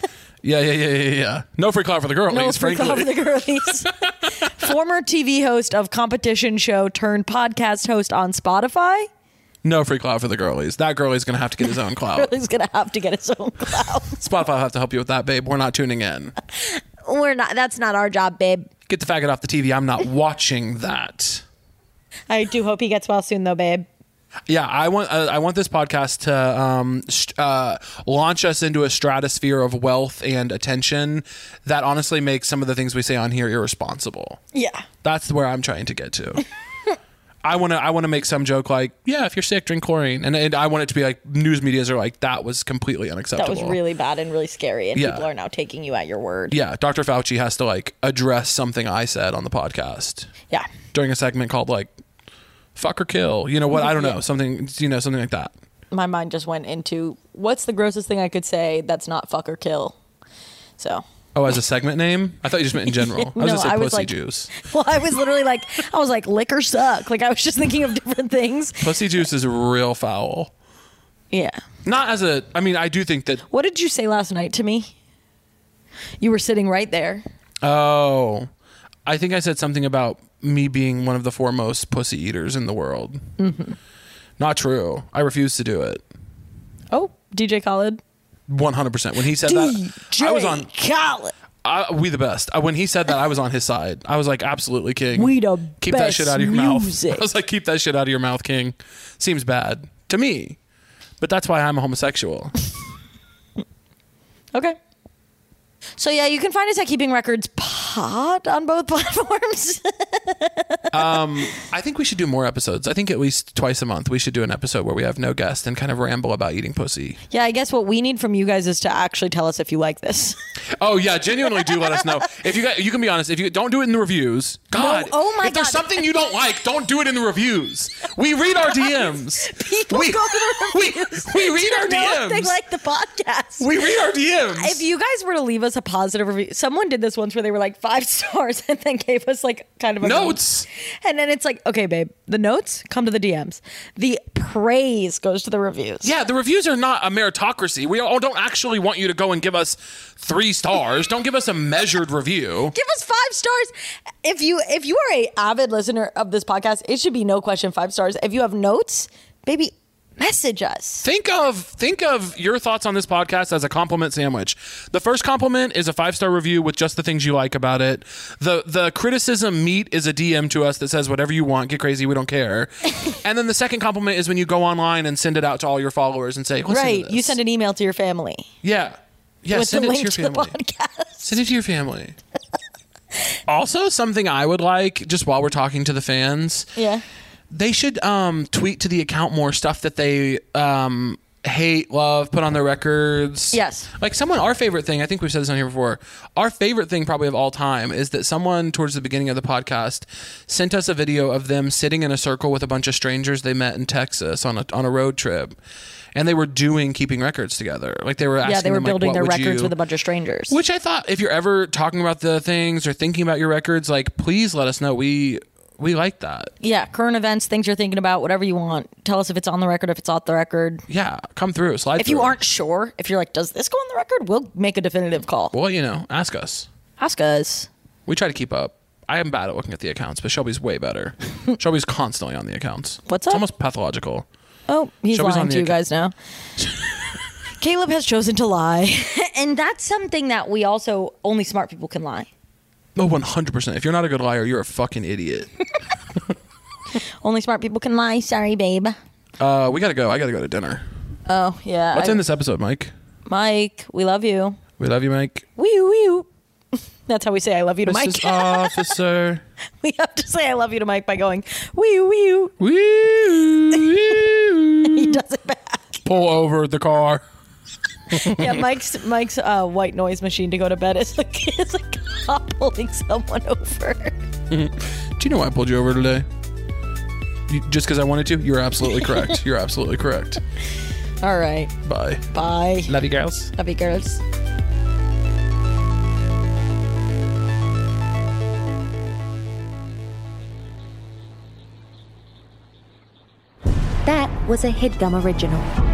A: Yeah, yeah, yeah, yeah, yeah. No free clout for the girlies.
B: No, for
A: frankly.
B: the girlies. *laughs* Former TV host of competition show turned podcast host on Spotify.
A: No free clout for the girlies. That girlie's gonna have to get his own
B: *laughs*
A: clout.
B: Girlie's gonna have to get his own *laughs* clout.
A: Spotify will have to help you with that, babe. We're not tuning in.
B: We're not. That's not our job, babe.
A: Get the faggot off the TV. I'm not watching that.
B: I do hope he gets well soon, though, babe.
A: Yeah, I want uh, I want this podcast to um, st- uh, launch us into a stratosphere of wealth and attention that honestly makes some of the things we say on here irresponsible.
B: Yeah.
A: That's where I'm trying to get
B: *laughs*
A: to. I want to I want to make some joke like, yeah, if you're sick, drink chlorine, and, and I want it to be like news media's are like that was completely
B: That
A: unacceptable.
B: was really bad and really scary, and
A: Yeah.
B: people are now taking you at your word.
A: yeah. Dr. Fauci has to like address something I said on the podcast
B: Yeah.
A: during a segment called like "fuck or kill," you know what? I don't know something you know something like that.
B: My mind just went into what's the grossest thing I could say that's not fuck or kill. So. *laughs*
A: Oh, as a segment name? I thought you just meant in general. I was
B: No,
A: gonna say
B: I
A: pussy
B: was like-
A: juice.
B: Well, I was literally like, I was like, liquor suck. Like, I was just thinking of different things.
A: Pussy juice is real foul.
B: Yeah.
A: Not as a. I mean, I do think that.
B: What did you say last night to me? You were sitting right there.
A: Oh, I think I said something about me being one of the foremost pussy eaters in the world.
B: Mm-hmm.
A: Not true. I refuse to do it.
B: Oh, DJ Khaled.
A: One hundred percent. When he said that, I was on.
B: Khaled.
A: I, we the best. I, when he said that, I was on his side. I was like, absolutely, King.
B: We the
A: keep that
B: best
A: shit out of your
B: music.
A: mouth. *laughs* I was like, keep that shit out of your mouth, King. Seems bad to me, but that's why I'm a homosexual.
B: Okay. So yeah, you can find us at Keeping Records Pod on both *laughs* platforms.
A: I think we should do more episodes. I think at least twice a month we should do an episode where we have no guest and kind of ramble about eating pussy.
B: yeah, I guess what we need from you guys is to actually tell us if you like this. *laughs*
A: Oh yeah, genuinely do let us know. If you guys, you can be honest, if you don't do it in the reviews, God.
B: oh my
A: if there's
B: God.
A: something you don't like, don't do it in the reviews. We read *laughs* our DMs.
B: People
A: *laughs* we,
B: go to the reviews
A: we, we read our
B: Know if
A: DMs.
B: they like the podcast.
A: we read our DMs.
B: if you guys were to leave us a positive review, someone did this once where they were like five *laughs* stars and then gave us like kind of a note.
A: Notes.
B: And then it's like, okay, babe, the notes come to the DMs. The praise goes to the reviews.
A: yeah, the reviews are not a meritocracy. We all don't actually want you to go and give us three stars. don't give us a measured review.
B: give us five stars if you if you are a avid listener of this podcast it should be no question five stars if you have notes baby message us
A: Think of think of your thoughts on this podcast as a compliment sandwich. The first compliment is a five star review with just the things you like about it. The the criticism meat is a DM to us that says whatever you want, get crazy, we don't
B: *laughs*
A: care. and then the second compliment is when you go online and send it out to all your followers and say, Listen
B: right you send an email to your family
A: yeah, yeah,
B: with the
A: send it to
B: link
A: your
B: to, the
A: family.
B: podcast
A: Send it to your
B: *laughs*
A: family. also, something I would like just while we're talking to the fans,
B: yeah
A: they should um, tweet to the account more stuff that they um, hate, love, put on their records.
B: Yes.
A: Like someone, our favorite thing, I think we've said this on here before, our favorite thing probably of all time is that someone towards the beginning of the podcast sent us a video of them sitting in a circle with a bunch of strangers they met in Texas on a, on a road trip. And they were doing keeping records together. Like they were asking
B: yeah they were
A: them, like,
B: building
A: what
B: their
A: would
B: records
A: you-
B: with a bunch of strangers
A: which I thought, if you're ever talking about the things or thinking about your records, like please let us know. We we like that.
B: yeah current events things you're thinking about whatever you want tell us if it's on the record if it's off the record
A: Yeah, come through. Slide.
B: if you
A: through.
B: aren't sure if you're like does this go on the record we'll make a definitive call
A: well, you know, ask us.
B: ask us
A: We try to keep up. I am bad at looking at the accounts, but Shelby's way
B: *laughs*
A: better. Shelby's constantly on the accounts.
B: What's
A: It's
B: up?
A: almost pathological.
B: Oh, he's
A: Shelby's on
B: lying
A: the
B: to you
A: account. *laughs*
B: guys now. Caleb has chosen to lie. *laughs* and that's something that we also, only smart people can lie.
A: No, one hundred percent. If you're not a good liar, you're a fucking idiot.
B: *laughs* Only smart people can lie. Sorry, babe.
A: Uh, we gotta go. I gotta go to dinner.
B: Oh, yeah.
A: What's
B: I-
A: in this episode, Mike?
B: Mike, we love you.
A: We love you, Mike.
B: Wee wee. *laughs* That's how we say I love you to
A: Mrs.
B: *laughs* Mike.
A: Officer.
B: we have to say I love you to Mike by going wee wee.
A: Wee.
B: *laughs*
A: Mm.
B: He does it back.
A: Pull over the car.
B: Yeah, Mike's Mike's uh, white noise machine to go to bed is *laughs* like is like cop pulling someone over.
A: Do you know why I pulled you over today? You, just because I wanted to? You're absolutely
B: *laughs*
A: correct. You're absolutely correct.
B: All right,
A: Bye.
B: bye.
A: Love you, girls.
B: Love you, girls.
G: That was a headgum original.